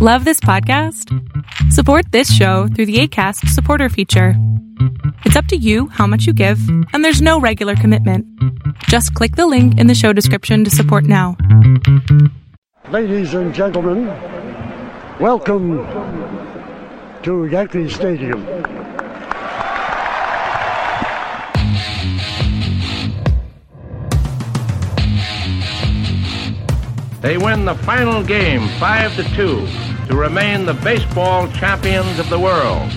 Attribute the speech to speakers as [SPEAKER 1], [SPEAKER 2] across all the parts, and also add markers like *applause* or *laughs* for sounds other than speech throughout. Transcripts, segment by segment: [SPEAKER 1] Love this podcast? Support this show through the ACAST supporter feature. It's up to you how much you give, and there's no regular commitment. Just click the link in the show description to support now.
[SPEAKER 2] Ladies and gentlemen, welcome to Yankee Stadium.
[SPEAKER 3] They win the final game 5 to 2 to remain the baseball champions of the world.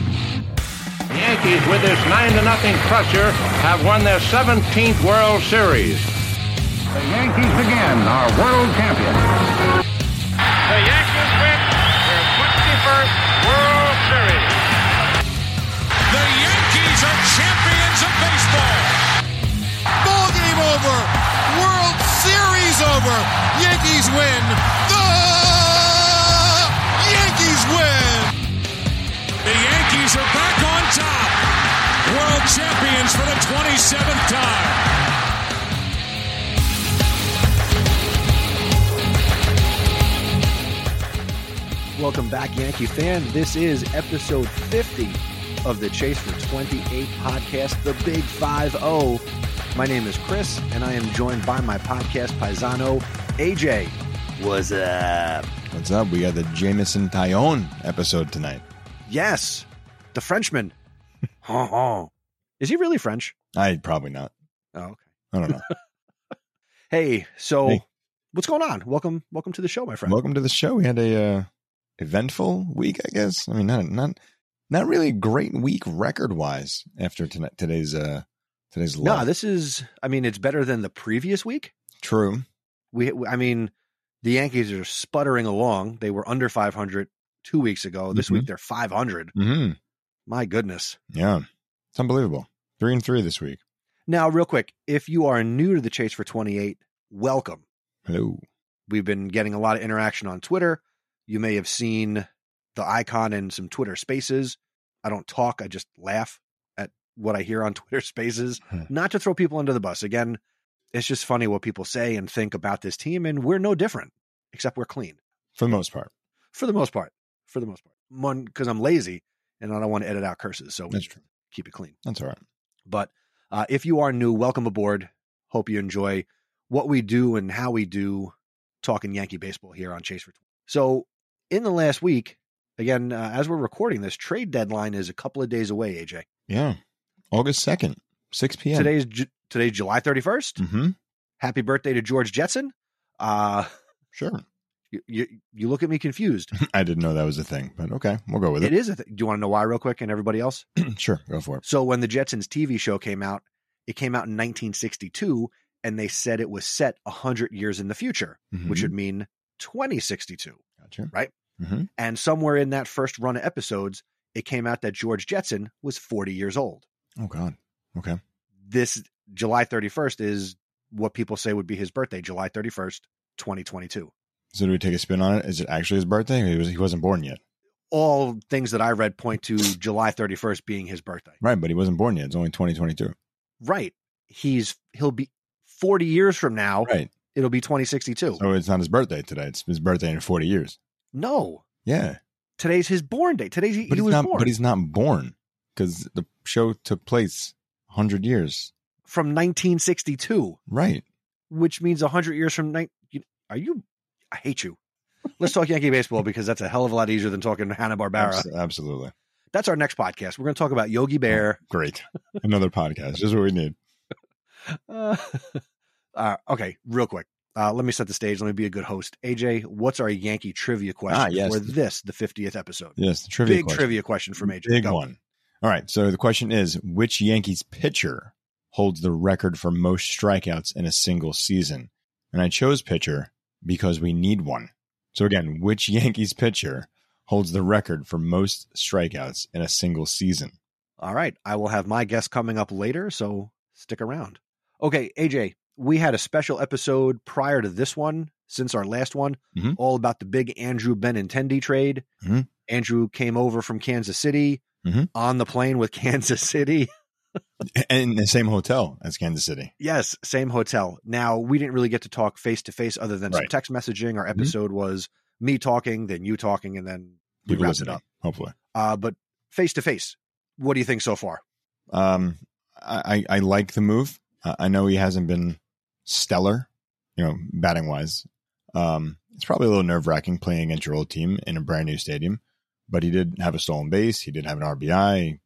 [SPEAKER 3] The Yankees with this 9 to nothing crusher have won their 17th World Series. The Yankees again are world champions.
[SPEAKER 4] The Yankees win their 21st World Series. The Yankees are champions of baseball.
[SPEAKER 5] Ball game over. World Series over. Yankees win. The Yankees win.
[SPEAKER 4] The Yankees are back on top. World champions for the 27th time.
[SPEAKER 6] Welcome back, Yankee fan. This is episode 50 of the Chase for 28 podcast, The Big 5 0. My name is Chris, and I am joined by my podcast paisano, AJ. What's up?
[SPEAKER 7] What's up? We got the Jamison Tyone episode tonight.
[SPEAKER 6] Yes, the Frenchman. Huh, huh. is he really French?
[SPEAKER 7] I probably not.
[SPEAKER 6] Oh, okay.
[SPEAKER 7] I
[SPEAKER 6] *laughs*
[SPEAKER 7] don't know.
[SPEAKER 6] Hey, so
[SPEAKER 7] Hey.
[SPEAKER 6] what's going on? Welcome, welcome to the show, my friend.
[SPEAKER 7] Welcome to the show. We had a uh, eventful week, I guess. I mean, not not not really a great week record wise after tonight, today's uh today's
[SPEAKER 6] No,
[SPEAKER 7] luck.
[SPEAKER 6] this is. I mean, it's better than the previous week.
[SPEAKER 7] True.
[SPEAKER 6] We, I mean, the Yankees are sputtering along. They were under 500 two weeks ago. This
[SPEAKER 7] Mhm.
[SPEAKER 6] week they're 500.
[SPEAKER 7] hmm
[SPEAKER 6] My goodness.
[SPEAKER 7] Yeah, it's unbelievable. Three and three this week.
[SPEAKER 6] Now, real quick, if you are new to the Chase for 28, welcome.
[SPEAKER 7] Hello.
[SPEAKER 6] We've been getting a lot of interaction on Twitter. You may have seen the icon in some Twitter spaces. I don't talk, I just laugh at what I hear on *laughs* Twitter spaces,
[SPEAKER 7] Hmm.
[SPEAKER 6] not to throw people under the bus. Again, it's just funny what people say and think about this team, and we're no different, except we're clean
[SPEAKER 7] For the most part,
[SPEAKER 6] for the most part. For the most part. One, because I'm lazy and I don't want to edit out curses. So we
[SPEAKER 7] that's true.
[SPEAKER 6] keep it clean.
[SPEAKER 7] That's all right.
[SPEAKER 6] But uh, if you are new, welcome aboard. Hope you enjoy what we do and how we do talking Yankee baseball here on Chase for 20. So, in the last week, again, uh, as we're recording this, trade deadline is a couple of days away, AJ.
[SPEAKER 7] Yeah, August second, six p.m.
[SPEAKER 6] Today's Ju- today's July 31st.
[SPEAKER 7] hmm
[SPEAKER 6] Happy birthday to George Jetson. Uh,
[SPEAKER 7] Sure. *clears throat*
[SPEAKER 6] you, you, you look at me confused.
[SPEAKER 7] I didn't know that was a thing, but okay, we'll go with
[SPEAKER 6] it
[SPEAKER 7] it.
[SPEAKER 6] is a thing. Do you want to know why, real quick, and everybody else?
[SPEAKER 7] sure, go for it.
[SPEAKER 6] So when the Jetsons TV show came out, it came out in 1962, and they said it was set 100 years in the future, which
[SPEAKER 7] Mhm.
[SPEAKER 6] would mean 2062.
[SPEAKER 7] Gotcha.
[SPEAKER 6] right?
[SPEAKER 7] hmm
[SPEAKER 6] And somewhere in that first run of episodes, it came out that George Jetson was 40 years old.
[SPEAKER 7] Oh God. Okay.
[SPEAKER 6] This July 31st is what people say would be his birthday, July 31st, 2022.
[SPEAKER 7] So do we take a spin on it? Is it actually his birthday? Or he was he wasn't born yet,
[SPEAKER 6] All things that I read point to July 31st being his birthday.
[SPEAKER 7] right? But he wasn't born yet. It's only twenty twenty two,
[SPEAKER 6] Right. He's he'll be 40 years from now,
[SPEAKER 7] right?
[SPEAKER 6] it'll be 2062.
[SPEAKER 7] So it's not his birthday today. It's his birthday in forty years.
[SPEAKER 6] No.
[SPEAKER 7] Yeah,
[SPEAKER 6] Today's his born day. Today's he,
[SPEAKER 7] but
[SPEAKER 6] he
[SPEAKER 7] he's
[SPEAKER 6] was
[SPEAKER 7] not.
[SPEAKER 6] born
[SPEAKER 7] But he's not born because the show took place hundred years,
[SPEAKER 6] from 1962,
[SPEAKER 7] right?
[SPEAKER 6] which means 100 years from nine. you- Are you? I hate you. Let's talk Yankee baseball because that's a hell of a lot easier than talking Hanna Barbera.
[SPEAKER 7] Abs- absolutely.
[SPEAKER 6] That's our next podcast. We're going to talk about Yogi Bear.
[SPEAKER 7] Great. Another podcast. Just what we need.
[SPEAKER 6] Uh, *laughs* uh, okay, real quick. Uh, let me set the stage. Let me be a good host. AJ, what's our Yankee trivia question
[SPEAKER 7] Ah, yes.
[SPEAKER 6] for this, the 50th episode?
[SPEAKER 7] Yes, the trivia.
[SPEAKER 6] Big
[SPEAKER 7] question.
[SPEAKER 6] trivia question from AJ.
[SPEAKER 7] Big
[SPEAKER 6] Go.
[SPEAKER 7] one. All right. So the question is which Yankees pitcher holds the record for most strikeouts in a single season? And I chose pitcher because we need one. So again, which *laughs* Yankees pitcher holds the record for most strikeouts in a single season?
[SPEAKER 6] All right. I will have my guest coming up later, so stick around. Okay, AJ, we had a special episode prior to this one, since our last one,
[SPEAKER 7] Mhm.
[SPEAKER 6] all about the big Andrew Benintendi trade.
[SPEAKER 7] Mhm.
[SPEAKER 6] Andrew came over from Kansas City
[SPEAKER 7] Mhm.
[SPEAKER 6] on the plane with *laughs* Kansas City.
[SPEAKER 7] And in the same hotel as Kansas City.
[SPEAKER 6] yes, same hotel. Now, we didn't really get to talk face to face other than some
[SPEAKER 7] Right.
[SPEAKER 6] Mm-hmm. text messaging. Our episode was me talking, then you talking, and then we
[SPEAKER 7] People
[SPEAKER 6] wrap it
[SPEAKER 7] listening,
[SPEAKER 6] up.
[SPEAKER 7] hopefully.
[SPEAKER 6] Uh, but face to face, what do you think so far?
[SPEAKER 7] Um, I, I I like the move. I I know he hasn't been stellar, you know, batting wise. Um, it's probably a little nerve wracking playing against your old team in a brand new stadium, but he did have a stolen base. He did have an RBI.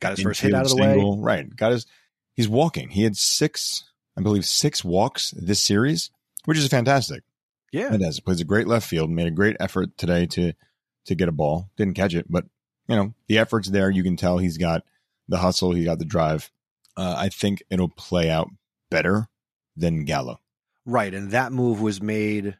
[SPEAKER 6] Got his first hit
[SPEAKER 7] infield
[SPEAKER 6] out of the way.
[SPEAKER 7] Right. Got his. He's walking. He had six, I believe, six walks this series, which is fantastic.
[SPEAKER 6] Yeah,
[SPEAKER 7] It does. Plays a great left field. Made a great effort today to to get a ball. Didn't catch it, but you know the effort's there. You can tell he's got the hustle. He got the drive. Uh, I think it'll play out better than Gallo.
[SPEAKER 6] right. And that move was made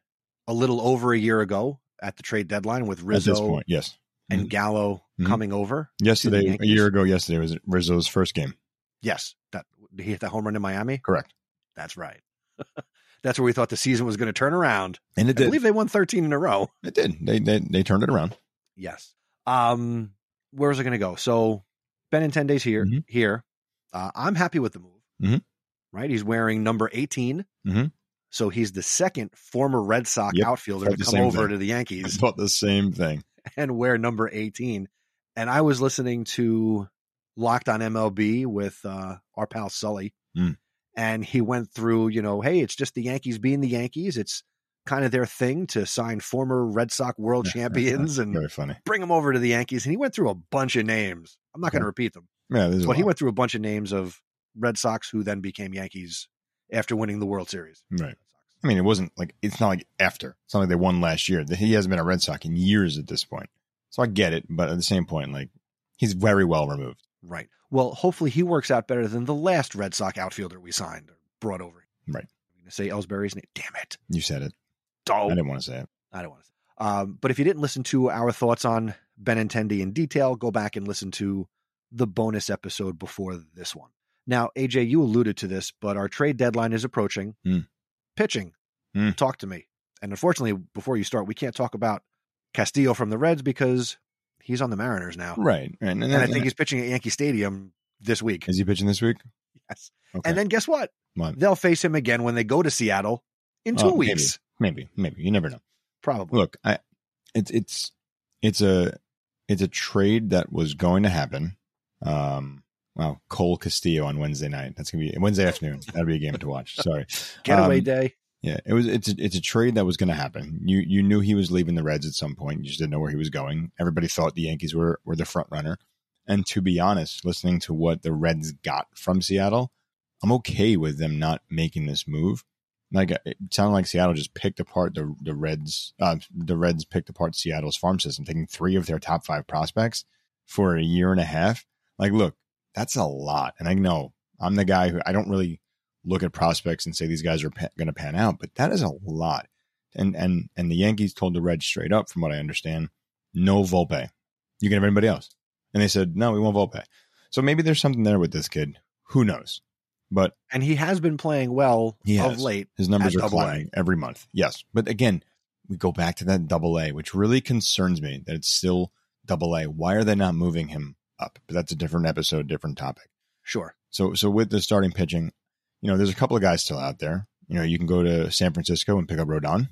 [SPEAKER 6] a little over a year ago at the trade deadline with
[SPEAKER 7] At this
[SPEAKER 6] Rizzo
[SPEAKER 7] point, yes.
[SPEAKER 6] and Gallo
[SPEAKER 7] Mhm.
[SPEAKER 6] coming over. To the
[SPEAKER 7] Yesterday, a
[SPEAKER 6] Yankees.
[SPEAKER 7] year ago, yesterday was Rizzo's first game.
[SPEAKER 6] Yes, that did he hit that home run in Miami.
[SPEAKER 7] Correct,
[SPEAKER 6] That's right. *laughs* That's where we thought the season was going to turn around.
[SPEAKER 7] and
[SPEAKER 6] I
[SPEAKER 7] it did.
[SPEAKER 6] believe they won 13 in a row. *laughs*
[SPEAKER 7] it did. They they they turned it around.
[SPEAKER 6] Yes. Um, where is it going to go? So Benintende's here.
[SPEAKER 7] Mhm.
[SPEAKER 6] Here, uh, I'm happy with the move.
[SPEAKER 7] Mhm.
[SPEAKER 6] Right, he's wearing number 18,
[SPEAKER 7] Mhm.
[SPEAKER 6] so he's the second former Red Sox
[SPEAKER 7] Yep.
[SPEAKER 6] outfielder to
[SPEAKER 7] Felt the
[SPEAKER 6] come
[SPEAKER 7] same
[SPEAKER 6] over
[SPEAKER 7] thing.
[SPEAKER 6] to the
[SPEAKER 7] I
[SPEAKER 6] Yankees
[SPEAKER 7] thought the same thing.
[SPEAKER 6] and wear number 18. And I was listening to Locked on MLB with uh, our pal Sully,
[SPEAKER 7] Mm.
[SPEAKER 6] and he went through, you know, hey, it's just the Yankees being the Yankees. It's kind of their thing to sign former Red Sox
[SPEAKER 7] *laughs*
[SPEAKER 6] world *laughs* champions and
[SPEAKER 7] Very funny.
[SPEAKER 6] bring him over to the Yankees. And he went through a bunch of names. I'm not going to
[SPEAKER 7] Okay.
[SPEAKER 6] repeat them,
[SPEAKER 7] Yeah, there's a
[SPEAKER 6] but he
[SPEAKER 7] lot.
[SPEAKER 6] went through a bunch of names of Red Sox who then became Yankees after winning the World Series.
[SPEAKER 7] Right. I mean, it wasn't like it's not like after. It's not like they won last year. He hasn't been a Red Sox in years at this point. So I get it, but at the same point, like he's very well removed.
[SPEAKER 6] Right. Well, hopefully he works out better than the last Red Sox outfielder we signed or brought over.
[SPEAKER 7] Right.
[SPEAKER 6] I'm going to say Ellsbury's name. Damn it.
[SPEAKER 7] You said it. I
[SPEAKER 6] Dog.
[SPEAKER 7] didn't want to say it.
[SPEAKER 6] I don't want to. Um, but if you didn't listen to our thoughts on Benintendi in detail, go back and listen to the bonus episode before this one. Now, AJ, you alluded to this, but our trade deadline is approaching.
[SPEAKER 7] Hmm.
[SPEAKER 6] Pitching,
[SPEAKER 7] Hmm.
[SPEAKER 6] talk to me. And unfortunately, before you start, we can't talk about Castillo from the Reds because he's on the Mariners now,
[SPEAKER 7] Right. And, and,
[SPEAKER 6] Oh. and I think he's pitching at Yankee Stadium this week.
[SPEAKER 7] is he pitching this week?
[SPEAKER 6] Yes.
[SPEAKER 7] Okay.
[SPEAKER 6] And then guess what?
[SPEAKER 7] What?
[SPEAKER 6] They'll face him again when they go to Seattle in two
[SPEAKER 7] Oh, maybe.
[SPEAKER 6] weeks,
[SPEAKER 7] maybe, maybe you never know.
[SPEAKER 6] probably.
[SPEAKER 7] Look, I it's it's it's a it's a trade that was going to happen. Um. Wow, Cole Castillo on Wednesday night. That's gonna be Wednesday afternoon. That'll be a game to watch. Sorry.
[SPEAKER 6] Getaway
[SPEAKER 7] Um,
[SPEAKER 6] day.
[SPEAKER 7] Yeah, it was. It's a, it's a trade that was going to happen. You you knew he was leaving the Reds at some point. You just didn't know where he was going. Everybody thought the Yankees were were the front runner. And to be honest, listening to what the Reds got from Seattle, I'm okay with them not making this move. Like uh, it sounded like Seattle just picked apart the the Reds. Uh, the Reds picked apart Seattle's farm system, taking three of their top five prospects for a year and a half. Like, look, that's a lot. And I know I'm the guy who I don't really look at prospects and say these guys are pa- going to pan out, but that is a lot. And and and the Yankees told the Reds straight up, from what I understand, no Volpe. You can have anybody else. And they said, no, we want Volpe. So maybe there's something there with this kid. Who knows? But
[SPEAKER 6] and he has been playing well
[SPEAKER 7] He
[SPEAKER 6] of
[SPEAKER 7] has.
[SPEAKER 6] late.
[SPEAKER 7] his
[SPEAKER 6] At
[SPEAKER 7] numbers are
[SPEAKER 6] double A.
[SPEAKER 7] climbing every month. Yes. But again, we go back to that double A, which really concerns me that it's still double A. Why are they not moving him up? But that's a different episode, different topic.
[SPEAKER 6] Sure.
[SPEAKER 7] So so with the starting pitching, you know, there's a couple of guys still out there. You know, you can go to San Francisco and pick up Rodon,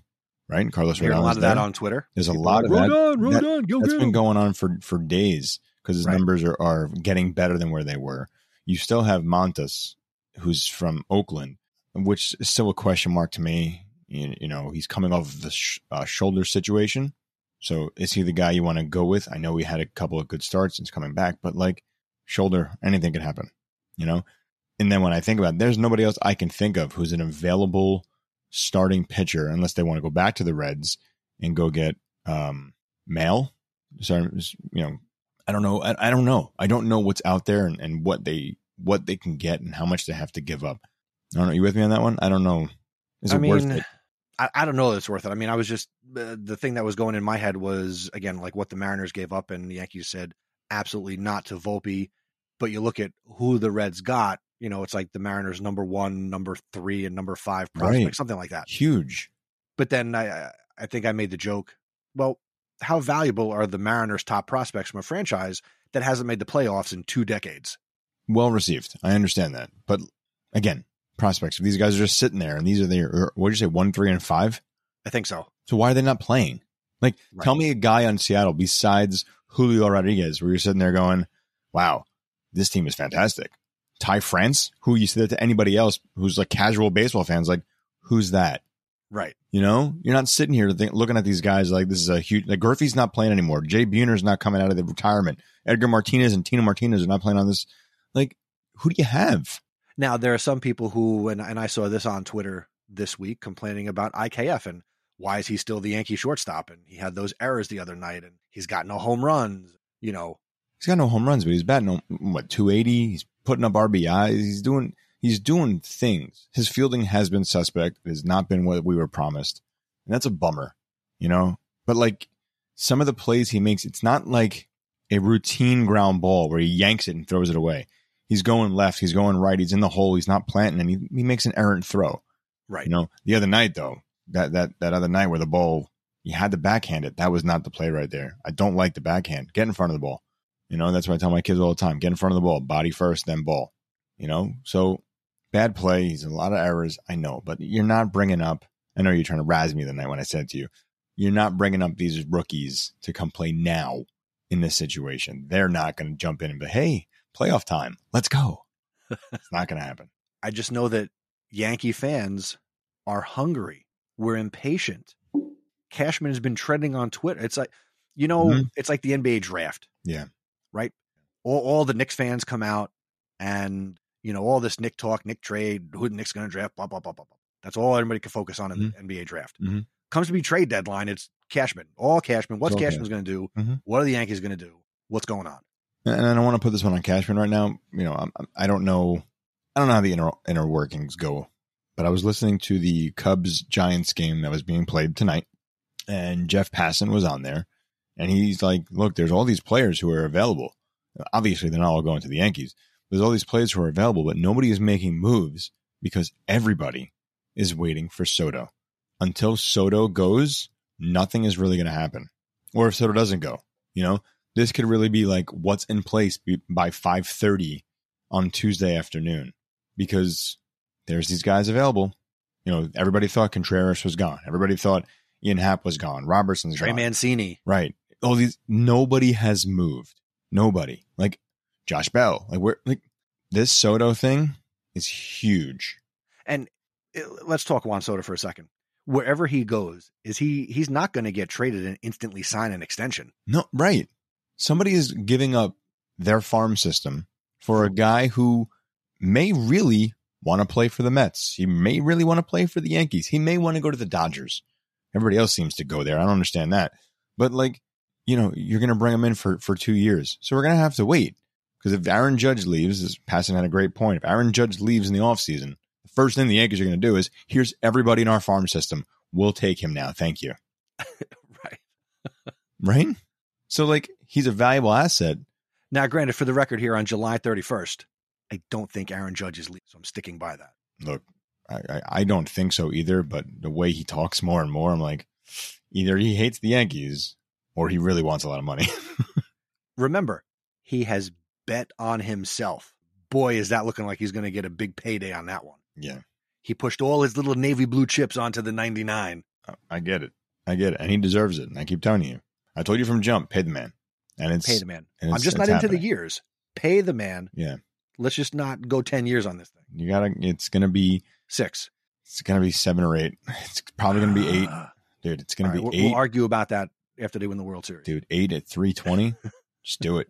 [SPEAKER 7] right? Carlos
[SPEAKER 6] Hearing
[SPEAKER 7] Rodon.
[SPEAKER 6] a lot
[SPEAKER 7] is
[SPEAKER 6] of that
[SPEAKER 7] there.
[SPEAKER 6] on Twitter.
[SPEAKER 7] There's a
[SPEAKER 6] People
[SPEAKER 7] lot
[SPEAKER 6] are
[SPEAKER 7] of that.
[SPEAKER 6] Rodon,
[SPEAKER 7] that-
[SPEAKER 6] Rodon, go
[SPEAKER 7] That's
[SPEAKER 6] get
[SPEAKER 7] been
[SPEAKER 6] him.
[SPEAKER 7] going on for for days because his
[SPEAKER 6] Right.
[SPEAKER 7] numbers are are getting better than where they were. You still have Montas, who's from Oakland, which is still a question mark to me. You, you know, he's coming off of the sh- uh, shoulder situation. So is he the guy you want to go with? I know we had a couple of good starts since coming back, but like shoulder, anything can happen, you know? And then when I think about it, there's nobody else I can think of who's an available starting pitcher unless they want to go back to the Reds and go get um mail. So you know, I don't know. I, I don't know. I don't know what's out there and, and what they what they can get and how much they have to give up. I don't know. You with me on that one? I don't know. Is it
[SPEAKER 6] I mean,
[SPEAKER 7] worth it?
[SPEAKER 6] I, I don't know that it's worth it. I mean, I was just uh, the thing that was going in my head was again like what the Mariners gave up and the Yankees said absolutely not to Volpe. But you look at who the Reds got. You know, it's like the Mariners number one, number three, and number five prospect,
[SPEAKER 7] Right.
[SPEAKER 6] something like that.
[SPEAKER 7] Huge.
[SPEAKER 6] But then I, I- I think I made the joke. Well, how valuable are the Mariners' top prospects from a franchise that hasn't made the playoffs in two decades?
[SPEAKER 7] well received. I understand that, but again, prospects. These guys are just sitting there, and these are their what would you say one, three, and five.
[SPEAKER 6] I think so.
[SPEAKER 7] So why are they not playing? Like,
[SPEAKER 6] Right.
[SPEAKER 7] tell me a guy on Seattle besides Julio Rodriguez, where you're sitting there going, wow, this team is fantastic. Ty France, who you say that to anybody else who's like casual baseball fans, like, who's that?
[SPEAKER 6] Right.
[SPEAKER 7] You know, you're not sitting here think, looking at these guys like this is a huge. Like Gurphy's not playing anymore. Jay Buhner's not coming out of the retirement. Edgar Martinez and Tina Martinez are not playing on this. Like, who do you have?
[SPEAKER 6] Now there are some people who, and, and I saw this on Twitter this week, complaining about IKF and why is he still the Yankee shortstop? And he had those errors the other night, and he's got no home runs. You know,
[SPEAKER 7] He's got no home runs, but he's batting um, what 280. He's putting up RBIs. He's doing he's doing things. His fielding has been suspect. It has not been what we were promised, and that's a bummer, you know. But like some of the plays he makes, it's not like a routine ground ball where he yanks it and throws it away. He's going left. He's going right. He's in the hole. He's not planting, and he, he makes an errant throw.
[SPEAKER 6] right?
[SPEAKER 7] You know, the other night though, that that that other night where the ball you had to backhand it. That was not the play right there. I don't like the backhand. Get in front of the ball. You know, that's what I tell my kids all the time. Get in front of the ball, body first, then ball. You know, so bad play. He's in a lot of errors. I know, but you're not bringing up. I know you're trying to razz me the night when I said to you, you're not bringing up these rookies to come play now in this situation. They're not going to jump in and be, hey, playoff time, let's go. it's not going to happen.
[SPEAKER 6] I just know that Yankee fans are hungry. We're impatient. Cashman has been trending on Twitter. It's like, you know,
[SPEAKER 7] Mhm.
[SPEAKER 6] it's like the NBA draft.
[SPEAKER 7] Yeah.
[SPEAKER 6] Right. All, all the Knicks fans come out and, you know, all this Nick talk, Nick trade, who the Knicks going to draft, blah, blah, blah, blah, blah. That's all everybody can focus on in the NBA draft.
[SPEAKER 7] Mhm.
[SPEAKER 6] Comes to be trade deadline. It's Cashman, all Cashman. What's
[SPEAKER 7] all
[SPEAKER 6] Cashman's going to do?
[SPEAKER 7] Mhm.
[SPEAKER 6] What are the Yankees going to do? What's going on?
[SPEAKER 7] and I don't want to put this one on Cashman right now. You know, I'm, I'm- I don't know, I don't know how the inner inner workings go, but I was listening to the Cubs Giants game that was being played tonight, and Jeff Passan was on there, and he's like, "Look, there's all these players who are available. Obviously, they're not all going to the Yankees. There's all these players who are available, but nobody is making moves because everybody is waiting for Soto. Until Soto goes, nothing is really going to happen. Or if Soto doesn't go, you know, this could really be like what's in place be- by 5.30 on tuesday afternoon because there's these guys available you know everybody thought contreras was gone everybody thought ian happ was gone robertson's
[SPEAKER 6] Trey
[SPEAKER 7] gone
[SPEAKER 6] Mancini.
[SPEAKER 7] right all these nobody has moved nobody like josh bell like we're like this soto thing is huge
[SPEAKER 6] it- eh, let's talk Juan Soto for a second. Wherever he goes, is he he's not going to get traded and instantly sign an
[SPEAKER 7] *laughs*
[SPEAKER 6] extension.
[SPEAKER 7] No, right. Somebody is giving up their farm system for a guy who may really want to play for the Mets. He may really want to play for the Yankees. He may want to go to the Dodgers. Everybody else seems to go there. I don't understand that. But like, you know, you're going to bring him in for for 2 years. So we're going to have to wait because if Aaron Judge leaves, this passing had a great point. If Aaron Judge leaves in the offseason, the first thing the Yankees are going to do is here's everybody in our farm system. We'll take him now. Thank you
[SPEAKER 6] Right.
[SPEAKER 7] right? So like he's a valuable asset.
[SPEAKER 6] Now, granted, for the record here on July 31st, I don't think Aaron Judge is leaving, so I'm sticking by that.
[SPEAKER 7] Look, I, I, I don't think so either. But the way he talks more and more, I'm like, either he hates the Yankees or he really wants a lot of money. *laughs*
[SPEAKER 6] Remember, he has bet on himself. Boy, is that looking like he's going to get a big payday on that one.
[SPEAKER 7] yeah,
[SPEAKER 6] He pushed all his little navy blue chips onto the 99.
[SPEAKER 7] I- I get it. I get it, and he deserves it. And I keep telling you, I told you from jump, pay the man, and it's
[SPEAKER 6] Pay the man.
[SPEAKER 7] and
[SPEAKER 6] I'm
[SPEAKER 7] it's-
[SPEAKER 6] just not
[SPEAKER 7] it's
[SPEAKER 6] into the
[SPEAKER 7] happening.
[SPEAKER 6] years. Pay the man.
[SPEAKER 7] Yeah,
[SPEAKER 6] Let's just not go 10 years on this thing.
[SPEAKER 7] you gotta. It's gonna be.
[SPEAKER 6] Six.
[SPEAKER 7] It's gonna be seven or eight. *laughs* It's probably gonna be eight, dude. It's gonna
[SPEAKER 6] Ah. All right,
[SPEAKER 7] be
[SPEAKER 6] we'll-
[SPEAKER 7] 8
[SPEAKER 6] We'll argue about that after they win the World Series.
[SPEAKER 7] dude. Eight at three
[SPEAKER 6] *laughs*
[SPEAKER 7] twenty. just do it.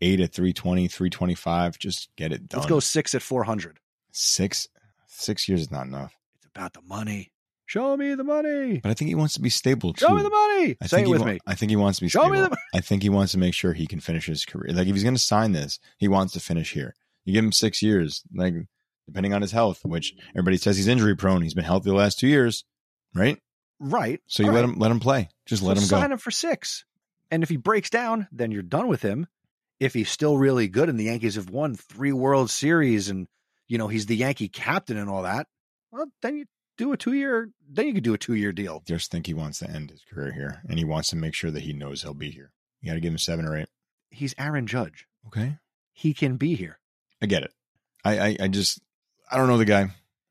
[SPEAKER 7] Eight at 320, 325. Just get it done.
[SPEAKER 6] Let's go six at 400.
[SPEAKER 7] six six years is not enough.
[SPEAKER 6] It's about the money. Show me the money.
[SPEAKER 7] But I think he wants to be stable too.
[SPEAKER 6] Show me the money.
[SPEAKER 7] I
[SPEAKER 6] Say
[SPEAKER 7] think
[SPEAKER 6] it
[SPEAKER 7] he
[SPEAKER 6] with
[SPEAKER 7] wa-
[SPEAKER 6] me.
[SPEAKER 7] I think he wants to be
[SPEAKER 6] Show me
[SPEAKER 7] stable.
[SPEAKER 6] the-
[SPEAKER 7] I think he wants to make sure he can finish his career. Like if he's going to sign this, he wants to finish here. You give him six years, like depending on his health, which everybody says he's injury prone. He's been healthy the last two years, right?
[SPEAKER 6] Right.
[SPEAKER 7] So you
[SPEAKER 6] All
[SPEAKER 7] let
[SPEAKER 6] right.
[SPEAKER 7] him let him play. Just let
[SPEAKER 6] So
[SPEAKER 7] him go.
[SPEAKER 6] Sign him for six. And if he breaks down, then you're done with him. If he's still really good and the Yankees have won three World Series and, you know, he's the Yankee captain and all that, well, then you do a two year, then you could do a two year deal.
[SPEAKER 7] I just think he wants to end his career here, and he wants to make sure that he knows he'll be here. You got to give him seven or eight.
[SPEAKER 6] He's Aaron Judge.
[SPEAKER 7] Okay,
[SPEAKER 6] He can be here.
[SPEAKER 7] I get it. I I, I just I don't know the guy. I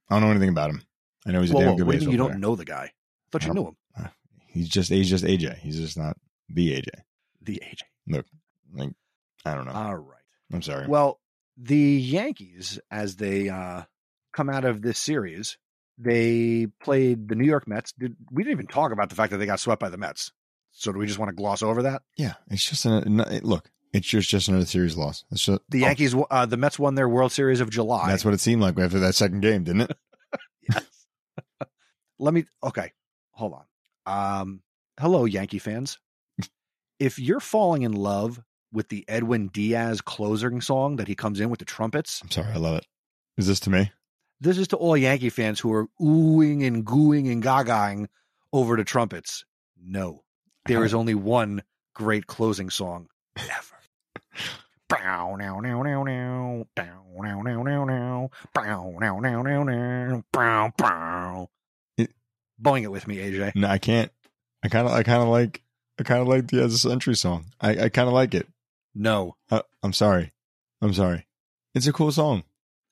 [SPEAKER 7] don't know anything about him. I know he's a
[SPEAKER 6] Whoa,
[SPEAKER 7] damn
[SPEAKER 6] whoa,
[SPEAKER 7] good
[SPEAKER 6] what do you mean
[SPEAKER 7] baseball
[SPEAKER 6] you don't
[SPEAKER 7] player.
[SPEAKER 6] know the guy? I thought
[SPEAKER 7] I
[SPEAKER 6] you
[SPEAKER 7] don't-
[SPEAKER 6] knew him.
[SPEAKER 7] He's just he's just AJ. He's just not the AJ.
[SPEAKER 6] The AJ.
[SPEAKER 7] Like I don't know.
[SPEAKER 6] All right.
[SPEAKER 7] I'm sorry.
[SPEAKER 6] Uh, Well, the Yankees, as they uh, come out of this series, they played the New York Mets. Did, we didn't even talk about the fact that they got swept by the Mets. So do we just want to gloss over that?
[SPEAKER 7] yeah, it's just an, n- it- look. It's just just another series loss. It's just,
[SPEAKER 6] The
[SPEAKER 7] oh,
[SPEAKER 6] Yankees, w- uh, the Mets won their World Series of July.
[SPEAKER 7] that's what it seemed like after that second game, didn't it?
[SPEAKER 6] Let me. Okay, hold on. Um, hello, Yankee fans. if you're falling in love with the Edwin Diaz closing song that he comes in with the trumpets,
[SPEAKER 7] I'm sorry. I love it. Is this to me?
[SPEAKER 6] this is to all Yankee fans who are oohing and gooing and gagaing over the trumpets. No, there is only one great closing song ever. *laughs* Bow, now, now, now, now, bow, now, now, now, now, bow, now, now, now, now, bow, bow.
[SPEAKER 7] It-
[SPEAKER 6] Boing it with me, AJ.
[SPEAKER 7] No, I can't. I kind of I kind of like I kind of like the as a century song. I I kind of like it.
[SPEAKER 6] No,
[SPEAKER 7] I, I'm sorry. I'm sorry. It's a cool song.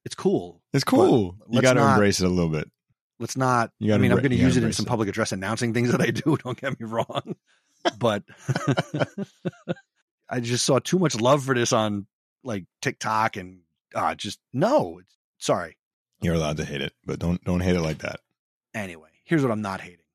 [SPEAKER 6] it's cool.
[SPEAKER 7] It's cool. you
[SPEAKER 6] let's
[SPEAKER 7] got to
[SPEAKER 6] not-
[SPEAKER 7] embrace it a little bit.
[SPEAKER 6] Let's not. I
[SPEAKER 7] You gotta
[SPEAKER 6] mean, I'm
[SPEAKER 7] embra-
[SPEAKER 6] going to
[SPEAKER 7] you gotta
[SPEAKER 6] use it in
[SPEAKER 7] embrace
[SPEAKER 6] some
[SPEAKER 7] it.
[SPEAKER 6] public address announcing things that I do. *laughs* Don't get me wrong, but *laughs* I just saw too much love for this on like TikTok and uh, just no. It's- Sorry.
[SPEAKER 7] You're allowed to hate it, but don't don't hate it like that.
[SPEAKER 6] Anyway, here's what I'm not hating: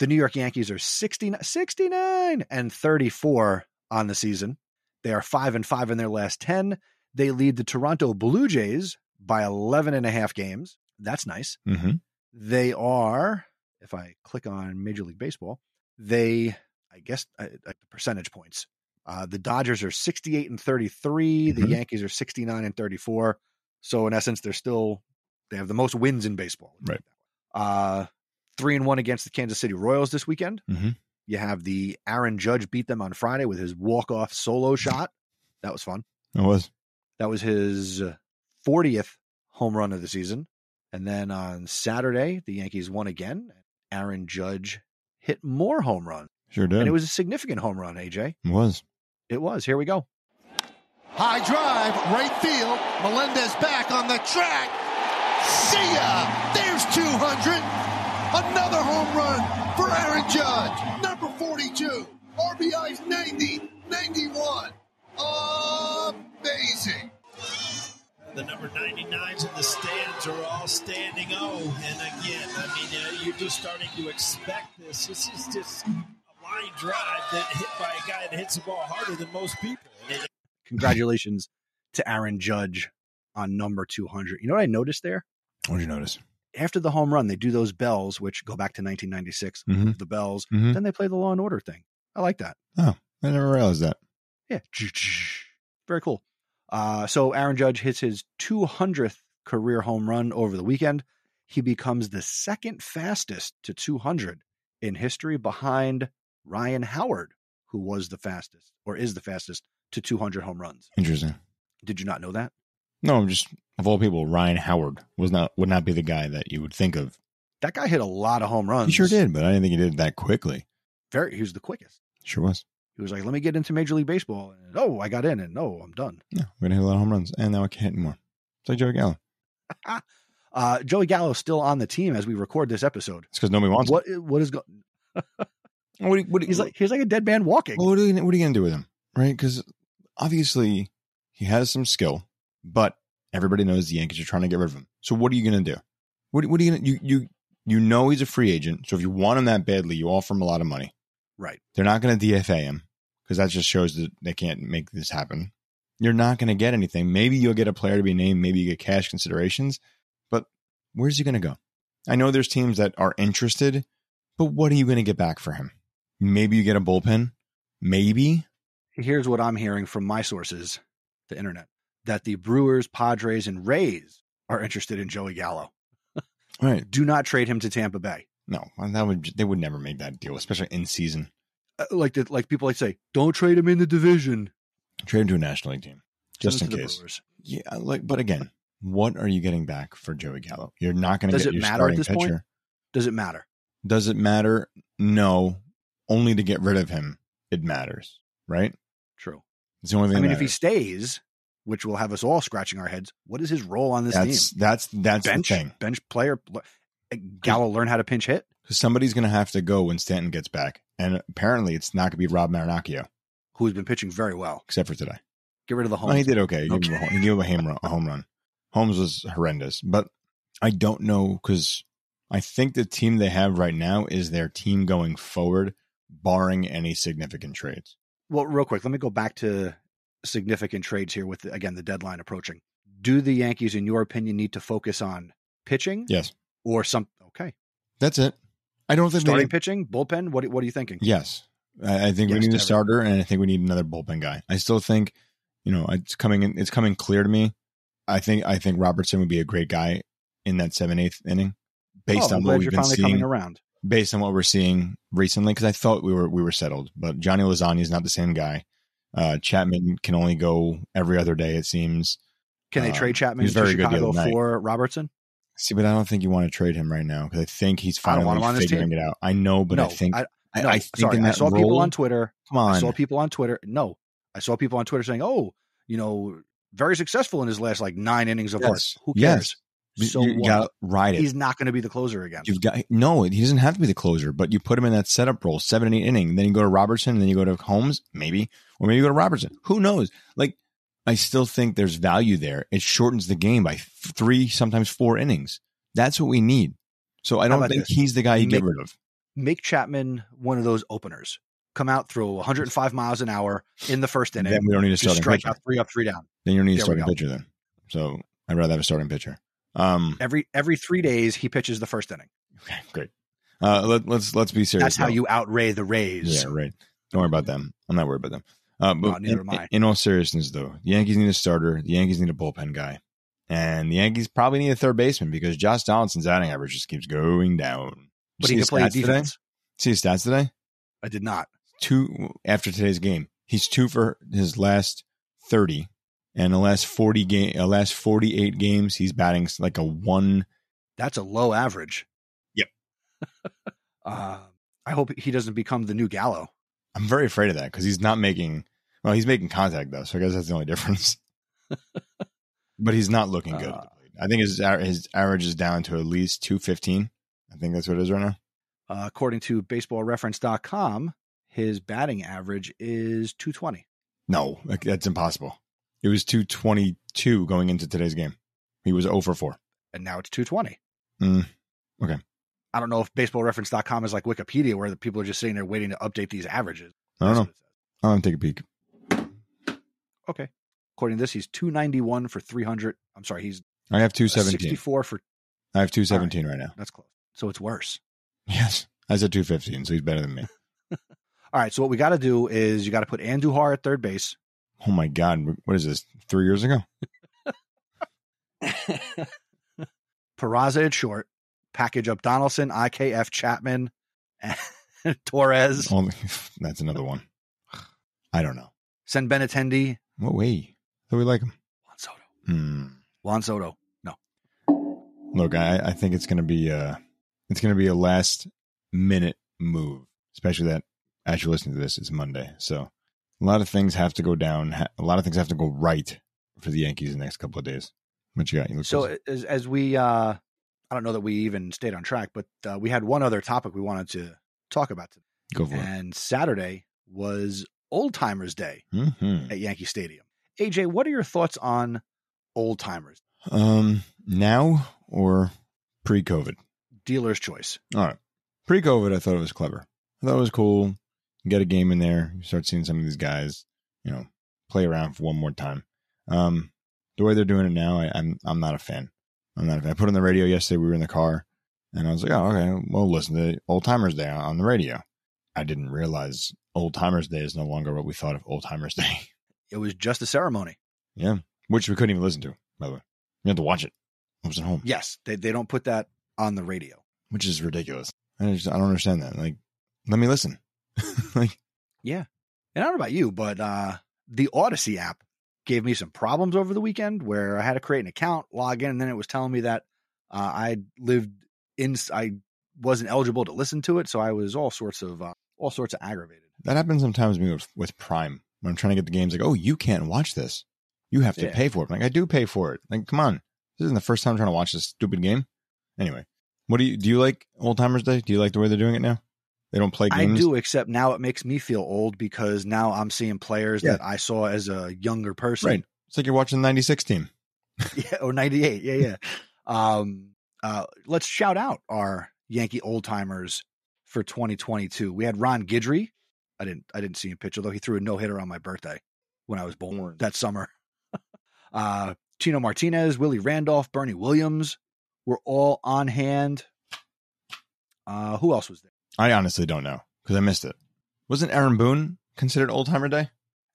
[SPEAKER 6] the New York Yankees are 69, 69 and 34 on the season. They are five and five in their last ten. They lead the Toronto Blue Jays by 11 and a half games. That's nice.
[SPEAKER 7] Mm-hmm.
[SPEAKER 6] They are, if I click on Major League Baseball, they, I guess, uh, uh, percentage points. Uh, the Dodgers are 68 and 33. The
[SPEAKER 7] Mhm.
[SPEAKER 6] Yankees are 69 and 34. So, in essence, they're still, they have the most wins in baseball.
[SPEAKER 7] Right.
[SPEAKER 6] Uh, three and one against the Kansas City Royals this weekend.
[SPEAKER 7] Mhm.
[SPEAKER 6] You have the Aaron Judge beat them on Friday with his walk off solo shot. That was fun.
[SPEAKER 7] It was.
[SPEAKER 6] That was his uh, 40th home run of the season. And then on Saturday, the Yankees won again. Aaron Judge hit more home runs.
[SPEAKER 7] Sure did.
[SPEAKER 6] And it was a significant home run, AJ.
[SPEAKER 7] It was.
[SPEAKER 6] It was. Here we go.
[SPEAKER 5] High drive, right field. Melendez back on the track. See ya! There's 200. Another home run for Aaron Judge. Number 42. RBI's 90, 91. Amazing.
[SPEAKER 8] The number 99s in the stands are all standing O. And again, I mean, uh, you're just starting to expect this. This is just a line drive that hit by a guy that hits the ball harder than most people. And it-
[SPEAKER 6] Congratulations to Aaron Judge on number 200. You know what I noticed there?
[SPEAKER 7] What did you notice?
[SPEAKER 6] After the home run, they do those bells, which go back to 1996,
[SPEAKER 7] Mhm.
[SPEAKER 6] the bells.
[SPEAKER 7] Mhm.
[SPEAKER 6] Then they play the Law and Order thing. I like that.
[SPEAKER 7] I never realized that.
[SPEAKER 6] Yeah. Very cool. Uh, so Aaron Judge hits his 200th career home run over the weekend. He becomes the second fastest to 200 in history behind Ryan Howard, who was the fastest or is the fastest to 200 home runs.
[SPEAKER 7] Interesting.
[SPEAKER 6] Did you not know that?
[SPEAKER 7] No, I'm just of all people, Ryan Howard was not would not be the guy that you would think of.
[SPEAKER 6] That guy hit a lot of home runs.
[SPEAKER 7] He sure did, but I didn't think he did it that quickly.
[SPEAKER 6] Very, he was the quickest.
[SPEAKER 7] Sure was.
[SPEAKER 6] He was like, let me get into Major League Baseball. And, oh, I got in. And no, I'm done.
[SPEAKER 7] Yeah, I'm gonna hit a lot of home runs, and now I can't hit anymore. It's like Joey Gallo.
[SPEAKER 6] Uh, Joey Gallo's still on the team as we record this episode.
[SPEAKER 7] It's because nobody wants.
[SPEAKER 6] What, what is going
[SPEAKER 7] Him. What? do you- What? do you-
[SPEAKER 6] He's like, he's like a dead man walking.
[SPEAKER 7] Well, what are you, what are you going to do with him? Right? Because obviously he has some skill, but everybody knows the Yankees are trying to get rid of him. So what are you going to do? What, what are you going to you you you know he's a free agent. So if you want him that badly, you offer him a lot of money.
[SPEAKER 6] Right.
[SPEAKER 7] They're not going to DFA him because that just shows that they can't make this happen. You're not going to get anything. Maybe you'll get a player to be named. Maybe you get cash considerations. But where's he going to go? I know there's teams that are interested, but what are you going to get back for him? Maybe you get a bullpen. Maybe.
[SPEAKER 6] here's what I'm hearing from my sources, the internet, that the Brewers, Padres, and Rays are interested in Joey Gallo.
[SPEAKER 7] Right.
[SPEAKER 6] Do not trade him to Tampa Bay.
[SPEAKER 7] No, that would they would never make that deal, especially in season.
[SPEAKER 6] Uh, Like the, like people like say, don't trade him in the division.
[SPEAKER 7] Trade him to a National League team, just
[SPEAKER 6] Send him
[SPEAKER 7] in
[SPEAKER 6] to the
[SPEAKER 7] case.
[SPEAKER 6] Brewers.
[SPEAKER 7] Yeah, uh, like, but again, what are you getting back for Joey Gallo? You're not going to
[SPEAKER 6] Does
[SPEAKER 7] get
[SPEAKER 6] it
[SPEAKER 7] your
[SPEAKER 6] matter at
[SPEAKER 7] starting
[SPEAKER 6] this
[SPEAKER 7] pitcher.
[SPEAKER 6] point? Does it matter?
[SPEAKER 7] Does it matter? No, only to get rid of him. It matters, right?
[SPEAKER 6] True.
[SPEAKER 7] It's the only
[SPEAKER 6] I
[SPEAKER 7] thing.
[SPEAKER 6] mean,
[SPEAKER 7] that
[SPEAKER 6] if he
[SPEAKER 7] matters.
[SPEAKER 6] stays, which will have us all scratching our heads, what is his role on this
[SPEAKER 7] that's
[SPEAKER 6] team?
[SPEAKER 7] that's that's
[SPEAKER 6] Bench,
[SPEAKER 7] the thing.
[SPEAKER 6] bench player. Gallo learn how to pinch hit?
[SPEAKER 7] Because somebody's going to have to go when Stanton gets back. And apparently it's not going to be Rob Marinaccio,
[SPEAKER 6] Who's been pitching very well.
[SPEAKER 7] except for today.
[SPEAKER 6] Get rid of the
[SPEAKER 7] Oh,
[SPEAKER 6] home.
[SPEAKER 7] he did okay. He, Gave him a, he gave him a home run, a home run. Holmes was horrendous. But I don't know because I think the team they have right now is their team going forward, barring any significant trades.
[SPEAKER 6] Well, real quick, let me go back to significant trades here with, again, the deadline approaching. Do the Yankees, in your opinion, need to focus on pitching
[SPEAKER 7] Yes.
[SPEAKER 6] or some? Okay.
[SPEAKER 7] That's it. I don't think they
[SPEAKER 6] Starting
[SPEAKER 7] need-
[SPEAKER 6] pitching, bullpen? What, what are you thinking?
[SPEAKER 7] Yes. I, I think
[SPEAKER 6] Yes,
[SPEAKER 7] we need
[SPEAKER 6] to
[SPEAKER 7] a starter and I think we need another bullpen guy. I still think, you know, it's coming in it's coming clear to me. I think I think Robertson would be a great guy in that seven eighth inning based
[SPEAKER 6] Oh, I'm
[SPEAKER 7] on
[SPEAKER 6] glad
[SPEAKER 7] what we've
[SPEAKER 6] you're
[SPEAKER 7] been
[SPEAKER 6] finally coming
[SPEAKER 7] seeing
[SPEAKER 6] around.
[SPEAKER 7] based on what we're seeing recently, because I thought we were we were settled, but Johnny Lasagna is not the same guy. Uh, Chapman can only go every other day, it seems.
[SPEAKER 6] Can they
[SPEAKER 7] Um,
[SPEAKER 6] trade Chapman
[SPEAKER 7] he was
[SPEAKER 6] to
[SPEAKER 7] very good the
[SPEAKER 6] Chicago
[SPEAKER 7] other night.
[SPEAKER 6] for Robertson?
[SPEAKER 7] See, but I don't think you want to trade him right now because I think he's
[SPEAKER 6] I don't want
[SPEAKER 7] finally
[SPEAKER 6] him on his
[SPEAKER 7] figuring it out. I know, but I think I, I,
[SPEAKER 6] no,
[SPEAKER 7] think
[SPEAKER 6] sorry,
[SPEAKER 7] in
[SPEAKER 6] I
[SPEAKER 7] that
[SPEAKER 6] saw people
[SPEAKER 7] role-
[SPEAKER 6] on Twitter.
[SPEAKER 7] Come on,
[SPEAKER 6] I saw people on Twitter. No, I saw people on Twitter saying, "Oh, you know, very successful in his last like nine innings of work.
[SPEAKER 7] Yes,
[SPEAKER 6] Who
[SPEAKER 7] yes.
[SPEAKER 6] cares? So
[SPEAKER 7] you,
[SPEAKER 6] what?
[SPEAKER 7] got ride it.
[SPEAKER 6] He's not going to be the closer again.
[SPEAKER 7] You've got no. He doesn't have to be the closer, but you put him in that setup role, seven and eight inning. Then you go to Robertson, and then you go to Holmes, maybe, or maybe you go to Robertson. Who knows? Like, I still think there's value there. It shortens the game by f- three, sometimes four innings. That's what we need. So I
[SPEAKER 6] How
[SPEAKER 7] don't
[SPEAKER 6] about
[SPEAKER 7] think
[SPEAKER 6] this?
[SPEAKER 7] he's the guy you get
[SPEAKER 6] Make-
[SPEAKER 7] rid of.
[SPEAKER 6] Make Chapman one of those openers. Come out, throw 105 miles an hour in the first inning.
[SPEAKER 7] Then we don't need a
[SPEAKER 6] just
[SPEAKER 7] starting
[SPEAKER 6] strike
[SPEAKER 7] pitcher.
[SPEAKER 6] out three up, three down.
[SPEAKER 7] Then you don't need a
[SPEAKER 6] There we
[SPEAKER 7] starting
[SPEAKER 6] go.
[SPEAKER 7] pitcher. Then, so I'd rather have a starting pitcher. Um,
[SPEAKER 6] Every every three days, he pitches the first inning.
[SPEAKER 7] okay, great. Uh, let, let's let's be serious.
[SPEAKER 6] That's how
[SPEAKER 7] though.
[SPEAKER 6] you outray the Rays.
[SPEAKER 7] Yeah, right. Don't worry about them. I'm not worried about them. Uh, but
[SPEAKER 6] No, neither am
[SPEAKER 7] in,
[SPEAKER 6] I.
[SPEAKER 7] in all seriousness, though, the Yankees need a starter. The Yankees need a bullpen guy, and the Yankees probably need a third baseman because Josh Donaldson's outing average just keeps going down. You
[SPEAKER 6] but
[SPEAKER 7] see
[SPEAKER 6] he can
[SPEAKER 7] his
[SPEAKER 6] play
[SPEAKER 7] stats today?
[SPEAKER 6] defense.
[SPEAKER 7] See his stats today.
[SPEAKER 6] I did not.
[SPEAKER 7] Two after today's game, he's two for his last thirty, and the last forty game, uh, last forty eight games, he's batting like a one.
[SPEAKER 6] That's a low average. *laughs*
[SPEAKER 7] Yep.
[SPEAKER 6] uh, I hope he doesn't become the new Gallo.
[SPEAKER 7] I'm very afraid of that because he's not making. Well, he's making contact though, so I guess that's the only *laughs* difference. but he's not looking good.
[SPEAKER 6] Uh,
[SPEAKER 7] I think his his average is down to at least two fifteen. I think that's what it is right now.
[SPEAKER 6] Uh, according to baseballreference.com, his batting average is 220.
[SPEAKER 7] No, like, that's impossible. It was two twenty two going into today's game. He was over four.
[SPEAKER 6] And now it's 220.
[SPEAKER 7] Mm, okay.
[SPEAKER 6] I don't know if baseballreference.com is like Wikipedia where the people are just sitting there waiting to update these averages.
[SPEAKER 7] I don't
[SPEAKER 6] That's
[SPEAKER 7] know.
[SPEAKER 6] what it says.
[SPEAKER 7] I'm gonna take a peek.
[SPEAKER 6] Okay. According to this, he's 291 for 300. I'm sorry, he's
[SPEAKER 7] I have two seventeen.
[SPEAKER 6] 64 for.
[SPEAKER 7] I have two seventeen right now. *laughs*
[SPEAKER 6] That's close. So it's worse.
[SPEAKER 7] Yes, I said two fifteen, so he's better than me.
[SPEAKER 6] All right. So what we got to do is you got to put Andujar at third base.
[SPEAKER 7] Oh my god, what is this? Three years ago?
[SPEAKER 6] Peraza at short, package up Donaldson, IKF Chapman, *laughs* and Torres,
[SPEAKER 7] Only *laughs* that's another one. I don't know.
[SPEAKER 6] send Benatendi,
[SPEAKER 7] What way? Do we like him?
[SPEAKER 6] Juan Soto.
[SPEAKER 7] Hmm.
[SPEAKER 6] Juan Soto.
[SPEAKER 7] Look, I, I think it's gonna be uh it's gonna be a last minute move, especially that as you're listening to this, it's Monday. So a lot of things have to go down. ha- A lot of things have to go right for the Yankees in the next couple of days. What you got? You look
[SPEAKER 6] So
[SPEAKER 7] busy.
[SPEAKER 6] as, as we, uh, I don't know that we even stayed on track, but uh, we had one other topic we wanted to talk about today.
[SPEAKER 7] go for it.
[SPEAKER 6] And Saturday was Old Timers Day
[SPEAKER 7] hmm
[SPEAKER 6] at Yankee Stadium. AJ, what are your thoughts on Old Timers?
[SPEAKER 7] Um, now or pre-COVID?
[SPEAKER 6] Dealer's choice.
[SPEAKER 7] All right. Pre COVID, I thought it was clever. I thought it was cool. You get a game in there. You start seeing some of these guys, you know, play around for one more time. Um, the way they're doing it now, I, I'm I'm not a fan. I'm not a fan. I put on the radio yesterday. We were in the car, and I was like, oh, okay. Well, listen to Old Timers Day on the radio. I didn't realize Old Timers Day is no longer what we thought of Old Timers Day, *laughs*
[SPEAKER 6] It was just a ceremony.
[SPEAKER 7] which we couldn't even listen to, by the way. We had to watch it. I was at home.
[SPEAKER 6] Yes, they, they don't put that on the radio.
[SPEAKER 7] which is ridiculous. I just, I don't understand that. Like, let me listen. *laughs* like,
[SPEAKER 6] And I don't know about you, but uh, the Odyssey app gave me some problems over the weekend where I had to create an account, log in, and then it was telling me that uh, I lived in, I wasn't eligible to listen to it, so I was all sorts of uh, all sorts of aggravated.
[SPEAKER 7] that happens sometimes to me with, with Prime when I'm trying to get the games. Like, oh, you can't watch this. You have to
[SPEAKER 6] Yeah.
[SPEAKER 7] pay for it. I'm like, I do pay for it. Like, come on. This isn't the first time I'm trying to watch this stupid game. Anyway, What do you do? You like Old Timers Day? Do you like the way they're doing it now? They don't play
[SPEAKER 6] I
[SPEAKER 7] games.
[SPEAKER 6] do, except now it makes me feel old because now I'm seeing players
[SPEAKER 7] Yeah.
[SPEAKER 6] that I saw as a younger person.
[SPEAKER 7] Right. It's like you're watching the '96 team.
[SPEAKER 6] yeah, or 98. Yeah, yeah. Um, uh, let's shout out our Yankee old timers for 2022. We had Ron Guidry. I didn't, I didn't see him pitch, although he threw a no hitter on my birthday when I was born
[SPEAKER 7] Born.
[SPEAKER 6] that summer. *laughs* uh, Tino Martinez, Willie Randolph, Bernie Williams were all on hand. Uh, who else was there?
[SPEAKER 7] I honestly don't know because I missed it. Wasn't Aaron Boone considered Old Timer Day?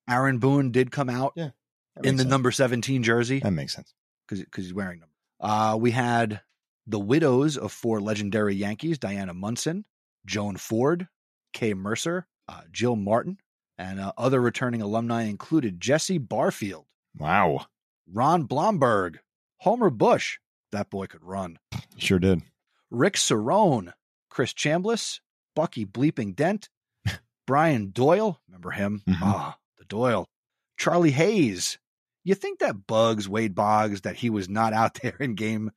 [SPEAKER 6] Aaron Boone did come out
[SPEAKER 7] Yeah, That
[SPEAKER 6] in
[SPEAKER 7] makes
[SPEAKER 6] the
[SPEAKER 7] sense.
[SPEAKER 6] number 17 jersey.
[SPEAKER 7] That makes sense.
[SPEAKER 6] because because he's wearing them. Uh, we had the widows of four legendary Yankees: Diana Munson, Joan Ford, Kay Mercer, uh, Jill Martin, and uh, other returning alumni included Jesse Barfield,
[SPEAKER 7] Wow,
[SPEAKER 6] Ron Blomberg, Homer Bush. That boy could run.
[SPEAKER 7] sure did.
[SPEAKER 6] Rick Cerrone, Chris Chambliss, Bucky Bleeping Dent, Brian Doyle. Remember him?
[SPEAKER 7] Mhm.
[SPEAKER 6] Ah, the Doyle. Charlie Hayes. You think that bugs Wade Boggs that he was not out *laughs* there in game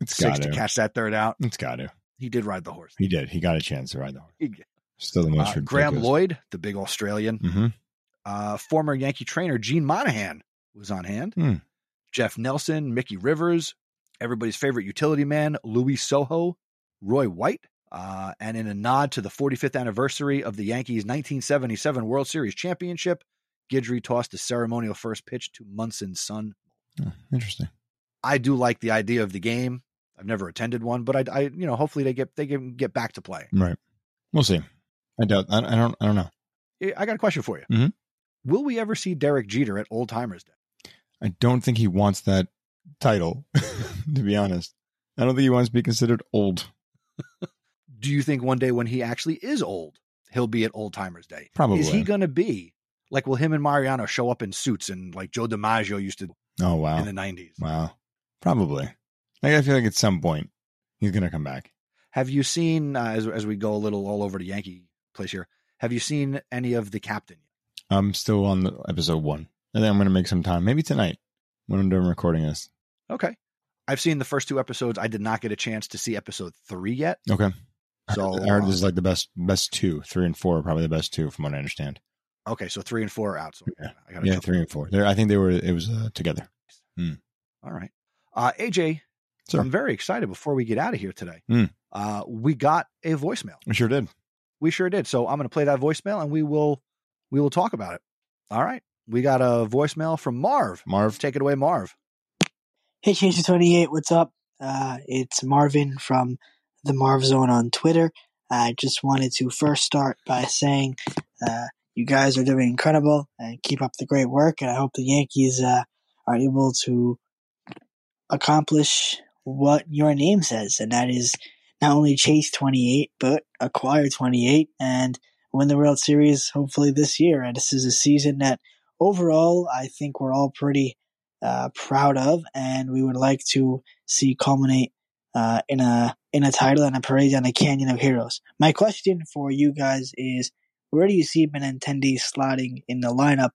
[SPEAKER 7] It's
[SPEAKER 6] six
[SPEAKER 7] got
[SPEAKER 6] to
[SPEAKER 7] to.
[SPEAKER 6] catch that third out.
[SPEAKER 7] It's got to.
[SPEAKER 6] He did ride the horse.
[SPEAKER 7] He did. He got a chance to ride the horse.
[SPEAKER 6] He-
[SPEAKER 7] Still the most
[SPEAKER 6] Uh, Graham
[SPEAKER 7] ridiculous.
[SPEAKER 6] Lloyd, the big Australian,
[SPEAKER 7] Mhm.
[SPEAKER 6] uh, former Yankee trainer Gene Monahan was on hand.
[SPEAKER 7] Hmm.
[SPEAKER 6] Jeff Nelson, Mickey Rivers, everybody's favorite utility man, Louis Soho, Roy White. Uh, and in a nod to the 45th anniversary of the Yankees' 1977 World Series championship, Guidry tossed the ceremonial first pitch to Munson's son,
[SPEAKER 7] Oh, interesting.
[SPEAKER 6] I do like the idea of the game. I've never attended one, but I, I you know, hopefully they get they can get back to play.
[SPEAKER 7] Right. We'll see. I doubt. I, I don't. I don't know.
[SPEAKER 6] Eh, I got a question for you.
[SPEAKER 7] Mhm.
[SPEAKER 6] Will we ever see Derek Jeter at Old Timers Day?
[SPEAKER 7] I don't think he wants that title. *laughs* to be honest, I don't think he wants to be considered old.
[SPEAKER 6] Do you think one day when he actually is old, he'll be at Old Timers Day?
[SPEAKER 7] Probably.
[SPEAKER 6] Is he going to be like? Will him and Mariano show up in suits and like Joe DiMaggio used to
[SPEAKER 7] Oh wow.
[SPEAKER 6] in the nineties?
[SPEAKER 7] Wow. Probably. Like, I feel like at some point he's gonna come back.
[SPEAKER 6] Have you seen uh, as as we go a little all over the Yankee place here? Have you seen any of the captain?
[SPEAKER 7] I'm still on the episode one. And then I'm gonna make some time, maybe tonight, when I'm done recording this.
[SPEAKER 6] Okay, I've seen the first two episodes. I did not get a chance to see episode three yet.
[SPEAKER 7] Okay.
[SPEAKER 6] So,
[SPEAKER 7] I heard
[SPEAKER 6] uh,
[SPEAKER 7] this is like the best best two. Three and four are probably the best two from what I understand.
[SPEAKER 6] Okay, so three and four are out. So I gotta
[SPEAKER 7] Yeah,
[SPEAKER 6] jump
[SPEAKER 7] three
[SPEAKER 6] on.
[SPEAKER 7] and four. There I think they were it was uh, together.
[SPEAKER 6] All right. Uh, AJ,
[SPEAKER 7] Sir.
[SPEAKER 6] I'm very excited before we get out of here today.
[SPEAKER 7] Hmm.
[SPEAKER 6] Uh, we got a voicemail.
[SPEAKER 7] We sure did.
[SPEAKER 6] We sure did. So I'm going to play that voicemail and we will we will talk about it. All right. We got a voicemail from Marv.
[SPEAKER 7] Marv.
[SPEAKER 6] Take it away, Marv.
[SPEAKER 9] Hey, Chaser 28, what's up? Uh, it's Marvin from the Marv Zone on Twitter. I just wanted to first start by saying uh, you guys are doing incredible and keep up the great work. And I hope the Yankees uh, are able to accomplish what your name says, and that is not only chase 28, but acquire 28 and win the World Series hopefully this year. And this is a season that overall I think we're all pretty uh, proud of, and we would like to see culminate uh, in a in a title and a parade on the Canyon of Heroes. My question for you guys is: Where do you see Benintendi slotting in the lineup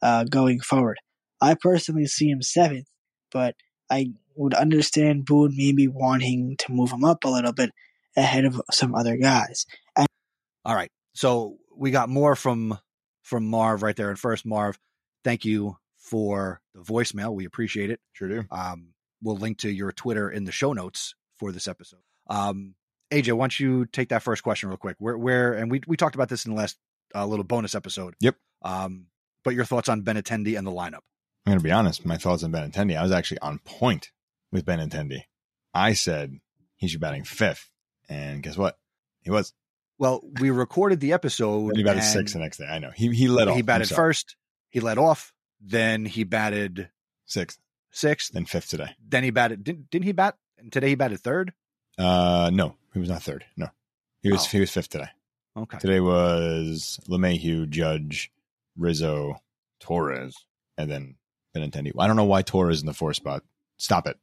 [SPEAKER 9] uh, going forward? I personally see him seventh, but I would understand Boone maybe wanting to move him up a little bit ahead of some other guys.
[SPEAKER 6] All right. So we got more from from Marv right there. And first, Marv, thank you for the voicemail. We appreciate it.
[SPEAKER 7] Sure do.
[SPEAKER 6] Um, we'll link to your Twitter in the show notes for this episode. Um, AJ, why don't you take that first question real quick? Where, where, and we we talked about this in the last uh, little bonus episode.
[SPEAKER 7] Yep.
[SPEAKER 6] Um, but your thoughts on Ben Attendee and the lineup?
[SPEAKER 7] I'm going to be honest. My thoughts on Benintendi. I was actually on point with Benintendi. I said he should be batting fifth, and guess what? He was.
[SPEAKER 6] Well, we recorded the episode.
[SPEAKER 7] He batted
[SPEAKER 6] and
[SPEAKER 7] sixth the next day. I know he he led off.
[SPEAKER 6] He batted
[SPEAKER 7] himself.
[SPEAKER 6] first. He led off. Then he batted
[SPEAKER 7] sixth,
[SPEAKER 6] sixth.
[SPEAKER 7] then fifth today.
[SPEAKER 6] Then he batted. Didn't, didn't he bat? And today he batted third.
[SPEAKER 7] Uh, no, he was not third. No, he was
[SPEAKER 6] Oh.
[SPEAKER 7] he was fifth today.
[SPEAKER 6] Okay.
[SPEAKER 7] Today was Lemayhew, Judge, Rizzo, Torres, and then Benintendi. I don't know why Torres in the fourth spot. Stop it!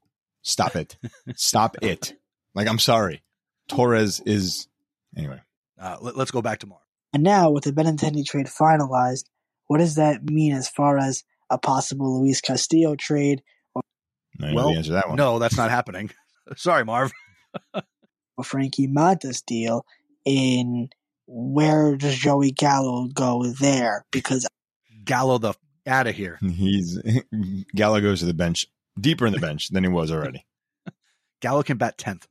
[SPEAKER 6] *laughs*
[SPEAKER 7] Stop it! Stop it! Like I'm sorry, Torres is anyway.
[SPEAKER 6] Uh, let, let's go back to Marv.
[SPEAKER 9] And now, with the Benintendi trade finalized, what does that mean as far as a possible Luis Castillo trade
[SPEAKER 7] I know
[SPEAKER 6] Well,
[SPEAKER 7] the answer to that
[SPEAKER 6] *laughs*
[SPEAKER 7] one.
[SPEAKER 6] No, that's not happening. Sorry, Marv.
[SPEAKER 9] with Frankie Montas deal in where does Joey Gallo go there? Because
[SPEAKER 6] Gallo the out of
[SPEAKER 7] Hmm.
[SPEAKER 6] here.
[SPEAKER 7] *laughs* He's *laughs* Gallo goes to the bench deeper in the bench than he was already.
[SPEAKER 6] Gallo can bat tenth.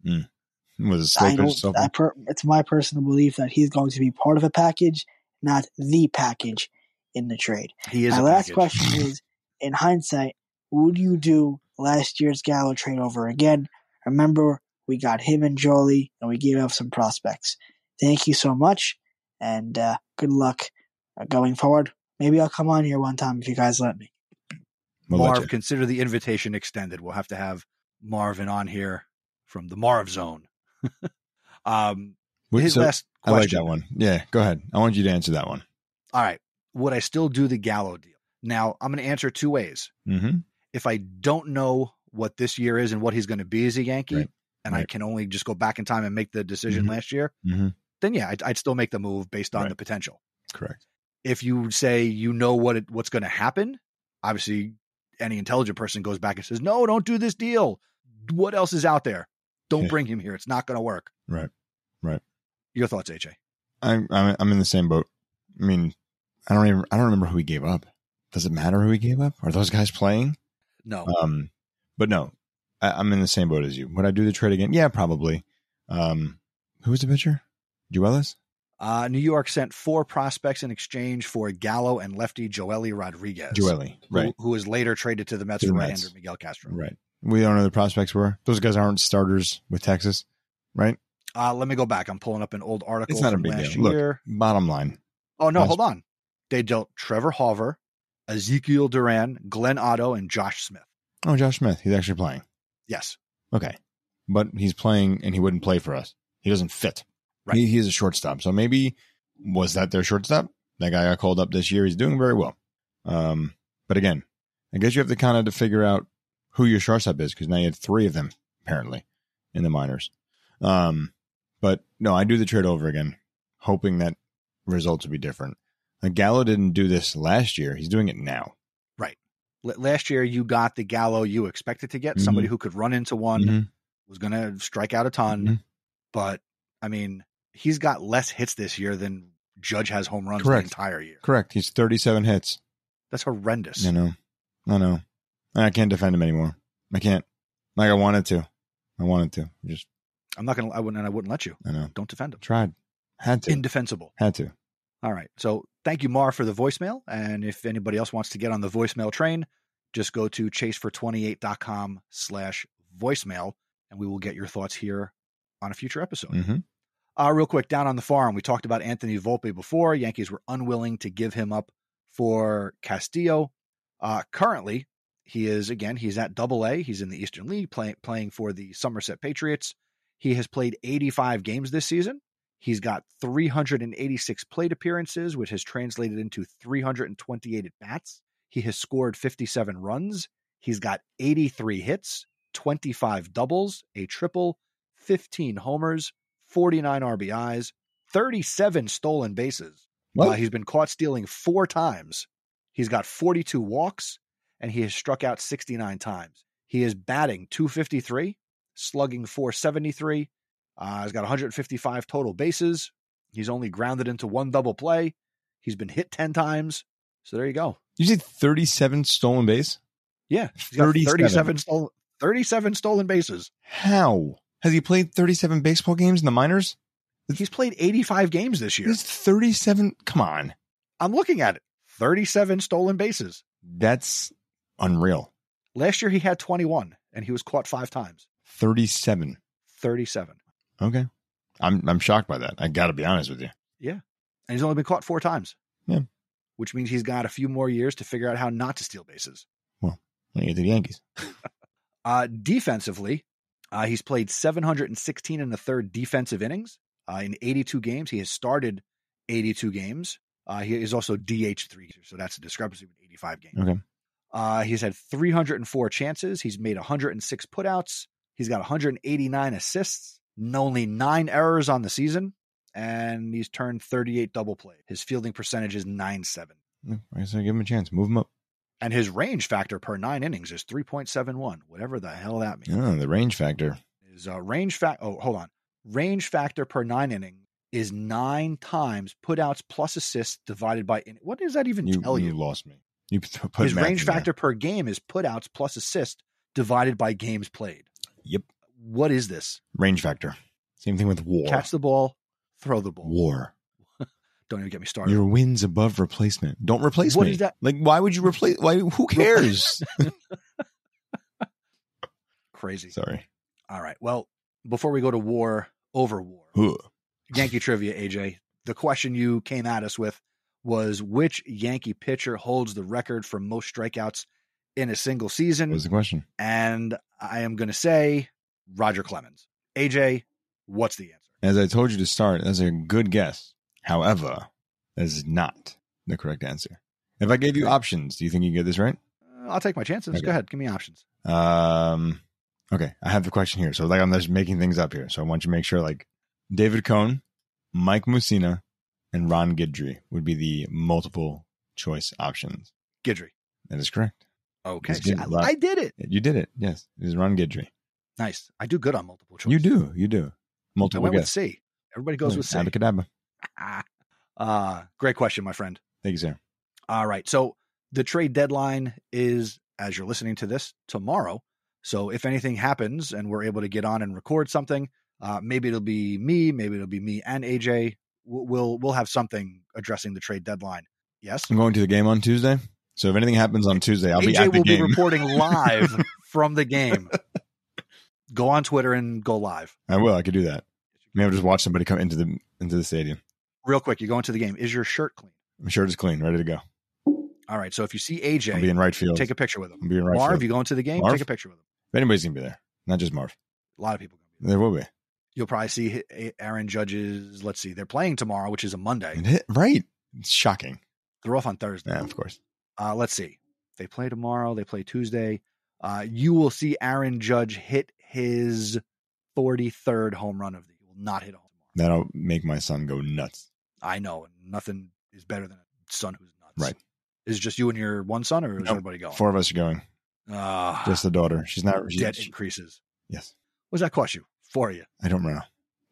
[SPEAKER 7] Was a slow
[SPEAKER 9] I
[SPEAKER 7] pitch
[SPEAKER 9] don't,
[SPEAKER 7] shuffle.
[SPEAKER 9] I per, it's my personal belief that he's going to be part of a package, not the package in the trade.
[SPEAKER 6] He is.
[SPEAKER 9] my
[SPEAKER 6] a
[SPEAKER 9] last
[SPEAKER 6] package. *laughs*
[SPEAKER 9] question is in hindsight, would you do last year's Gallo trade over again? Remember, we got him and Jolie, and we gave up some prospects. Thank you so much, and uh, good luck uh, going forward. Maybe I'll come on here one time if you guys let me.
[SPEAKER 7] We'll let
[SPEAKER 6] Marv,
[SPEAKER 7] you.
[SPEAKER 6] consider the invitation extended. We'll have to have Marvin on here from the Marv Zone. *laughs* um,
[SPEAKER 7] Wait,
[SPEAKER 6] his
[SPEAKER 7] so-
[SPEAKER 6] last
[SPEAKER 7] I
[SPEAKER 6] question.
[SPEAKER 7] like that one. Yeah, go ahead. I want you to answer that one.
[SPEAKER 6] All right. Would I still do the Gallo deal? Now, I'm going to answer two ways.
[SPEAKER 7] Mm-hmm.
[SPEAKER 6] If I don't know what this year is and what he's going to be as a Yankee,
[SPEAKER 7] Right.
[SPEAKER 6] and I
[SPEAKER 7] Right.
[SPEAKER 6] can only just go back in time and make the decision
[SPEAKER 7] Mhm.
[SPEAKER 6] last year,
[SPEAKER 7] Mm-hmm.
[SPEAKER 6] then yeah, I'd, I'd still make the move based on
[SPEAKER 7] Right.
[SPEAKER 6] the potential.
[SPEAKER 7] Correct.
[SPEAKER 6] If you say you know what it, what's going to happen, obviously any intelligent person goes back and says, "No, don't do this deal. What else is out there? Don't
[SPEAKER 7] Yeah.
[SPEAKER 6] bring him here. It's not going to work."
[SPEAKER 7] Right. Right.
[SPEAKER 6] Your thoughts,
[SPEAKER 7] Uh,
[SPEAKER 6] HA?
[SPEAKER 7] I'm, I'm I'm in the same boat. I mean, I don't even I don't remember who he gave up. Does it matter who he gave up? Are those guys playing?
[SPEAKER 6] No.
[SPEAKER 7] Um, but no, I, I'm in the same boat as you. Would I do the trade again? Yeah, probably. Um, who was the pitcher? Duellis?
[SPEAKER 6] Uh, New York sent four prospects in exchange for Gallo and lefty Joely Rodriguez,
[SPEAKER 7] Duelli.
[SPEAKER 6] who-
[SPEAKER 7] Right.
[SPEAKER 6] who was later traded to the Mets
[SPEAKER 7] To the
[SPEAKER 6] for
[SPEAKER 7] Mets.
[SPEAKER 6] right-hander Miguel Castro.
[SPEAKER 7] Right. We don't know who the prospects were. Those guys aren't starters with Texas, right?
[SPEAKER 6] Uh, let me go back. I'm pulling up an old article
[SPEAKER 7] It's not a
[SPEAKER 6] from
[SPEAKER 7] big
[SPEAKER 6] last
[SPEAKER 7] deal. Look.
[SPEAKER 6] year.
[SPEAKER 7] Bottom line,
[SPEAKER 6] Oh no,
[SPEAKER 7] Last-
[SPEAKER 6] hold on. They dealt Trevor Hover, Ezekiel Duran, Glenn Otto, and Josh Smith.
[SPEAKER 7] oh, Josh Smith, he's actually playing.
[SPEAKER 6] Yes.
[SPEAKER 7] Okay. But he's playing and he wouldn't play for us. He doesn't fit.
[SPEAKER 6] Right.
[SPEAKER 7] He, he is a shortstop. So maybe was that their shortstop? That guy got called up this year. He's doing very well. Um, but again, I guess you have to kind of to figure out who your shortstop is because now you had three of them apparently in the minors. Um, but no, I do the trade over again, hoping that results will be different. Like Gallo didn't do this last year. He's doing it now.
[SPEAKER 6] L- last year you got the Gallo you expected to get, somebody who could run into one,
[SPEAKER 7] Mm-hmm.
[SPEAKER 6] was going to strike out a ton,
[SPEAKER 7] Mhm.
[SPEAKER 6] but I mean, he's got less hits this year than Judge has home runs
[SPEAKER 7] Correct.
[SPEAKER 6] the entire year.
[SPEAKER 7] Correct. He's 37 hits.
[SPEAKER 6] That's horrendous.
[SPEAKER 7] I know. I know. And I can't defend him anymore. I can't. Like I wanted to. I wanted to. Just
[SPEAKER 6] I'm not going to I wouldn't and I wouldn't let you.
[SPEAKER 7] I know.
[SPEAKER 6] Don't defend him.
[SPEAKER 7] Tried. Had to.
[SPEAKER 6] Indefensible.
[SPEAKER 7] Had to.
[SPEAKER 6] All right. So thank you, Mar, for the voicemail. And if anybody else wants to get on the voicemail train, just go to chasefor28.com slash voicemail, and we will get your thoughts here on a future episode.
[SPEAKER 7] Mm-hmm.
[SPEAKER 6] Uh, real quick, down on the farm, we talked about Anthony Volpe before. Yankees were unwilling to give him up for Castillo. Uh, currently, he is again, he's at double A. He's in the Eastern League play, playing for the Somerset Patriots. He has played 85 games this season. He's got 386 plate appearances, which has translated into 328 at bats. He has scored 57 runs. He's got 83 hits, 25 doubles, a triple, 15 homers. 49 RBIs, 37 stolen bases. Uh, he's been caught stealing four times. He's got 42 walks and he has struck out 69 times. He is batting 253, slugging 473. Uh, he's got 155 total bases. He's only grounded into one double play. He's been hit 10 times. So there you go.
[SPEAKER 7] You said 37 stolen base?
[SPEAKER 6] Yeah. He's got
[SPEAKER 7] 37.
[SPEAKER 6] 37 stolen 37 stolen bases.
[SPEAKER 7] How? Has he played 37 baseball games in the minors?
[SPEAKER 6] He's played 85 games this year.
[SPEAKER 7] He's 37. Come on.
[SPEAKER 6] I'm looking at it. 37 stolen bases.
[SPEAKER 7] That's unreal.
[SPEAKER 6] Last year he had 21 and he was caught five times,
[SPEAKER 7] 37.
[SPEAKER 6] 37.
[SPEAKER 7] Okay. I'm I'm shocked by that. I got to be honest with you.
[SPEAKER 6] And he's only been caught four times.
[SPEAKER 7] Yeah.
[SPEAKER 6] Which means he's got a few more years to figure out how not to steal bases.
[SPEAKER 7] When you get to the Yankees.
[SPEAKER 6] Uh, defensively, uh, he's played 716 and a third defensive innings uh, in 82 games. He has started 82 games. Uh, he is also DH three, so that's a discrepancy with 85 games.
[SPEAKER 7] Okay.
[SPEAKER 6] Uh, he's had 304 chances. He's made 106 putouts. He's got 189 assists, n- only nine errors on the season, and he's turned 38 double play. His fielding percentage is 9.7,
[SPEAKER 7] Yeah, I guess I give him a chance. Move him up.
[SPEAKER 6] and his range factor per nine innings is 3.71, whatever the hell that means.
[SPEAKER 7] Yeah, the range factor.
[SPEAKER 6] His uh, range fact. Oh, hold on. range factor per nine inning is nine times putouts plus assists divided by. In- what does that even
[SPEAKER 7] You,
[SPEAKER 6] tell
[SPEAKER 7] you
[SPEAKER 6] you?
[SPEAKER 7] lost me. You *laughs* put put
[SPEAKER 6] His
[SPEAKER 7] math
[SPEAKER 6] range
[SPEAKER 7] in there.
[SPEAKER 6] factor per game is putouts plus assists divided by games played.
[SPEAKER 7] Yep.
[SPEAKER 6] What is this?
[SPEAKER 7] Range factor. Same thing with war.
[SPEAKER 6] Catch the ball, throw the ball.
[SPEAKER 7] war.
[SPEAKER 6] Don't even get me started.
[SPEAKER 7] Your wins above replacement. Don't replace
[SPEAKER 6] What
[SPEAKER 7] me.
[SPEAKER 6] is that?
[SPEAKER 7] Like, why would you replace? Why?
[SPEAKER 6] *laughs*
[SPEAKER 7] Who cares? *laughs*
[SPEAKER 6] Crazy.
[SPEAKER 7] Sorry.
[SPEAKER 6] All right. Well, before we go to war over war,
[SPEAKER 7] Ugh.
[SPEAKER 6] Yankee trivia, AJ. The question you came at us with was which Yankee pitcher holds the record for most strikeouts in a single
[SPEAKER 7] What
[SPEAKER 6] season?
[SPEAKER 7] was the question?
[SPEAKER 6] and I am going to say Roger Clemens. AJ, what's the answer?
[SPEAKER 7] As I told you to start, that's a good guess. However, that is not the correct answer. If I gave you options, do you think you get this right?
[SPEAKER 6] Uh, I'll take my chances.
[SPEAKER 7] Okay.
[SPEAKER 6] Go ahead. Give me options.
[SPEAKER 7] Um, okay, I have the question here. So like I'm just making things up here. So I want you to make sure like David Cohn, Mike Mussina, and Ron Guidry would be the multiple choice options.
[SPEAKER 6] Gidry.
[SPEAKER 7] That is correct.
[SPEAKER 6] Okay.
[SPEAKER 7] Just give
[SPEAKER 6] See,
[SPEAKER 7] it
[SPEAKER 6] I,
[SPEAKER 7] a lot.
[SPEAKER 6] I did it.
[SPEAKER 7] You did it. Yes, it is Ron Guidry.
[SPEAKER 6] Nice. I do good on multiple choice.
[SPEAKER 7] You do. You do.
[SPEAKER 6] I
[SPEAKER 7] Multiple
[SPEAKER 6] went with
[SPEAKER 7] guess.
[SPEAKER 6] C. Everybody goes with C. Ah.
[SPEAKER 7] Abacadabra.
[SPEAKER 6] Uh, great question, my friend.
[SPEAKER 7] Thank you, sir.
[SPEAKER 6] All right. So the trade deadline is, as you're listening to this, tomorrow. So if anything happens and we're able to get on and record something, uh, maybe it'll be me, maybe it'll be me and AJ. We'll we'll, we'll have something addressing the trade deadline. Yes.
[SPEAKER 7] I'm going to the game on Tuesday. So if anything happens on Tuesday, Mm, I'll be
[SPEAKER 6] AJ
[SPEAKER 7] at the
[SPEAKER 6] will be
[SPEAKER 7] game.
[SPEAKER 6] reporting
[SPEAKER 7] *laughs*
[SPEAKER 6] live from the game. Go on Twitter and go live.
[SPEAKER 7] I will. I could do that. Maybe I'll just watch somebody come into the into the stadium.
[SPEAKER 6] Real quick, you go into the game. Is your shirt clean?
[SPEAKER 7] I'm sure it's clean, ready to go.
[SPEAKER 6] All right. So if you see
[SPEAKER 7] I'll
[SPEAKER 6] AJ,
[SPEAKER 7] be in right field.
[SPEAKER 6] take a picture with him.
[SPEAKER 7] I'll be in right
[SPEAKER 6] Marv,
[SPEAKER 7] field.
[SPEAKER 6] you go into the game,
[SPEAKER 7] Marv?
[SPEAKER 6] take a picture with him.
[SPEAKER 7] Anybody's gonna be there, not just Marv.
[SPEAKER 6] A lot of people.
[SPEAKER 7] There will be.
[SPEAKER 6] You'll probably see hi- A- Aaron Judge's. Let's see, they're playing tomorrow, which is a Monday.
[SPEAKER 7] And hit- right? It's shocking.
[SPEAKER 6] They're off on Thursday.
[SPEAKER 7] Yeah, of course.
[SPEAKER 6] Uh, let's see, they play tomorrow. They play Tuesday. Uh, you will see Aaron Judge hit his 43rd home run of the. He will not hit a home run.
[SPEAKER 7] That'll make my son go nuts.
[SPEAKER 6] I know, and nothing is better than a son who's nuts.
[SPEAKER 7] Right.
[SPEAKER 6] Is it just you and your one son, or is
[SPEAKER 7] Nope.
[SPEAKER 6] everybody going?
[SPEAKER 7] Four of us are going.
[SPEAKER 6] Oh. Ah,
[SPEAKER 7] Just the daughter. She's not. She,
[SPEAKER 6] debt
[SPEAKER 7] she-
[SPEAKER 6] increases.
[SPEAKER 7] yes.
[SPEAKER 6] What does that cost you? For you,
[SPEAKER 7] I don't know.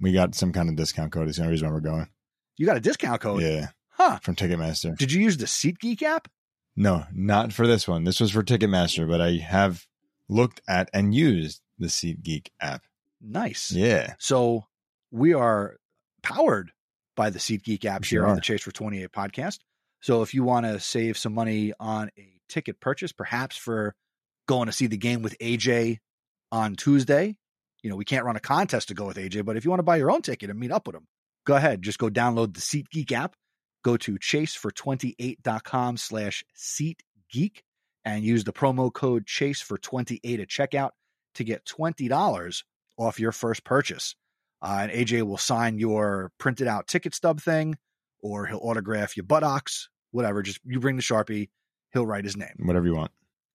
[SPEAKER 7] We got some kind of discount code. It's the only reason why we're going.
[SPEAKER 6] you got a discount code,
[SPEAKER 7] Yeah,
[SPEAKER 6] huh?
[SPEAKER 7] from Ticketmaster.
[SPEAKER 6] Did you use the SeatGeek app?
[SPEAKER 7] No, not for this one. This was for Ticketmaster, but I have looked at and used the SeatGeek app.
[SPEAKER 6] Nice.
[SPEAKER 7] Yeah.
[SPEAKER 6] So we are powered by the SeatGeek app
[SPEAKER 7] We
[SPEAKER 6] here
[SPEAKER 7] sure
[SPEAKER 6] on
[SPEAKER 7] are.
[SPEAKER 6] the Chase for 28 podcast. So if you want to save some money on a ticket purchase, perhaps for going to see the game with AJ on Tuesday, you know, we can't run a contest to go with AJ, but if you want to buy your own ticket and meet up with him, go ahead. Just go download the SeatGeek app. Go to chasefor28.com slash SeatGeek and use the promo code Chase for 28 at checkout to get $20 off your first purchase. Uh, and AJ will sign your printed out ticket stub thing, or he'll autograph your buttocks, whatever. Just you bring the Sharpie, he'll write his name.
[SPEAKER 7] Whatever you want.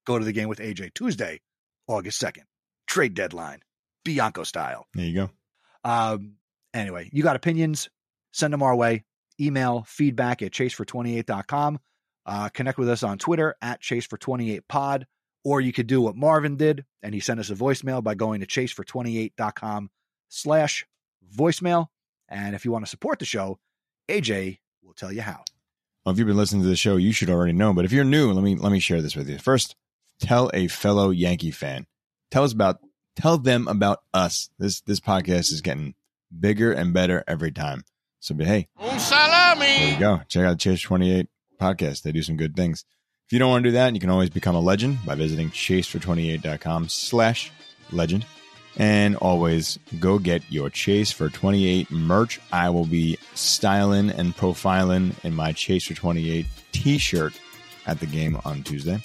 [SPEAKER 6] Go to the game with AJ Tuesday, August 2nd. Trade deadline, Bianco style.
[SPEAKER 7] There you go.
[SPEAKER 6] Um, anyway, you got opinions, send them our way. Email feedback at chasefor28.com. Uh, connect with us on Twitter at chasefor28pod, or you could do what Marvin did, and he sent us a voicemail by going to chasefor28.com slash voicemail. And if you want to support the show, AJ will tell you how.
[SPEAKER 7] Well, if you've been listening to the show, you should already know. But if you're new, let me let me share this with you. First, tell a fellow Yankee fan. Tell us about tell them about us. This this podcast is getting bigger and better every time. So be hey, there you go. Check out Chase 28 podcast. They do some good things. If you don't want to do that, you can always become a legend by visiting chasefor28.com slash legend. And always go get your Chase for 28 merch. I will be styling and profiling in my Chase for 28 t-shirt at the game on Tuesday.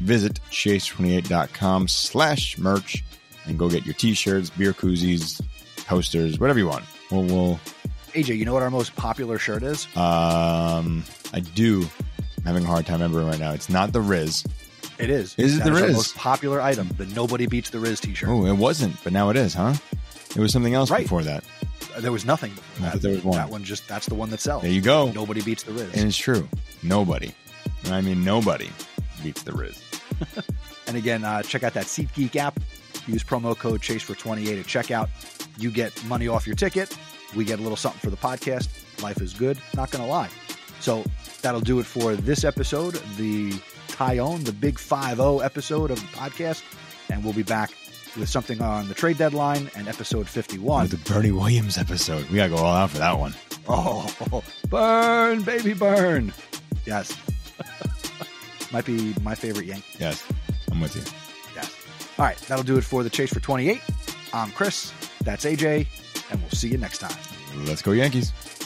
[SPEAKER 7] Visit chase28.com slash merch and go get your t-shirts, beer koozies, posters, whatever you want. We'll, we'll
[SPEAKER 6] AJ, you know what our most popular shirt is?
[SPEAKER 7] um, I do. I'm having a hard time remembering right now. It's not the Riz.
[SPEAKER 6] It is.
[SPEAKER 7] Is it
[SPEAKER 6] That
[SPEAKER 7] the
[SPEAKER 6] Our
[SPEAKER 7] Riz?
[SPEAKER 6] most popular item, the Nobody Beats the Riz t-shirt.
[SPEAKER 7] Oh, it wasn't, but now it is, huh? It was something else
[SPEAKER 6] Right.
[SPEAKER 7] before that.
[SPEAKER 6] There was nothing. before
[SPEAKER 7] Oh. I
[SPEAKER 6] that.
[SPEAKER 7] thought there was one.
[SPEAKER 6] That one just, that's the one that sells.
[SPEAKER 7] There you go.
[SPEAKER 6] Nobody beats the Riz.
[SPEAKER 7] And it's true. Nobody. And I mean, nobody beats the Riz.
[SPEAKER 6] And again, uh, check out that SeatGeek app. Use promo code Chase for 28 at checkout. You get money off your ticket. We get a little something for the podcast. Life is good. Not going to lie. So that'll do it for this episode, the Tyone, the Big 5 0 episode of the podcast. And we'll be back with something on the trade deadline and episode 51.
[SPEAKER 7] With the Bernie Williams episode. We got to go all out for that one.
[SPEAKER 6] Oh, *laughs* burn, baby, burn. Yes. Might be my favorite Yank.
[SPEAKER 7] Yes, I'm with you.
[SPEAKER 6] Yes. All right, that'll do it for the Chase for 28. I'm Chris. That's AJ. And we'll see you next time.
[SPEAKER 7] Let's go, Yankees.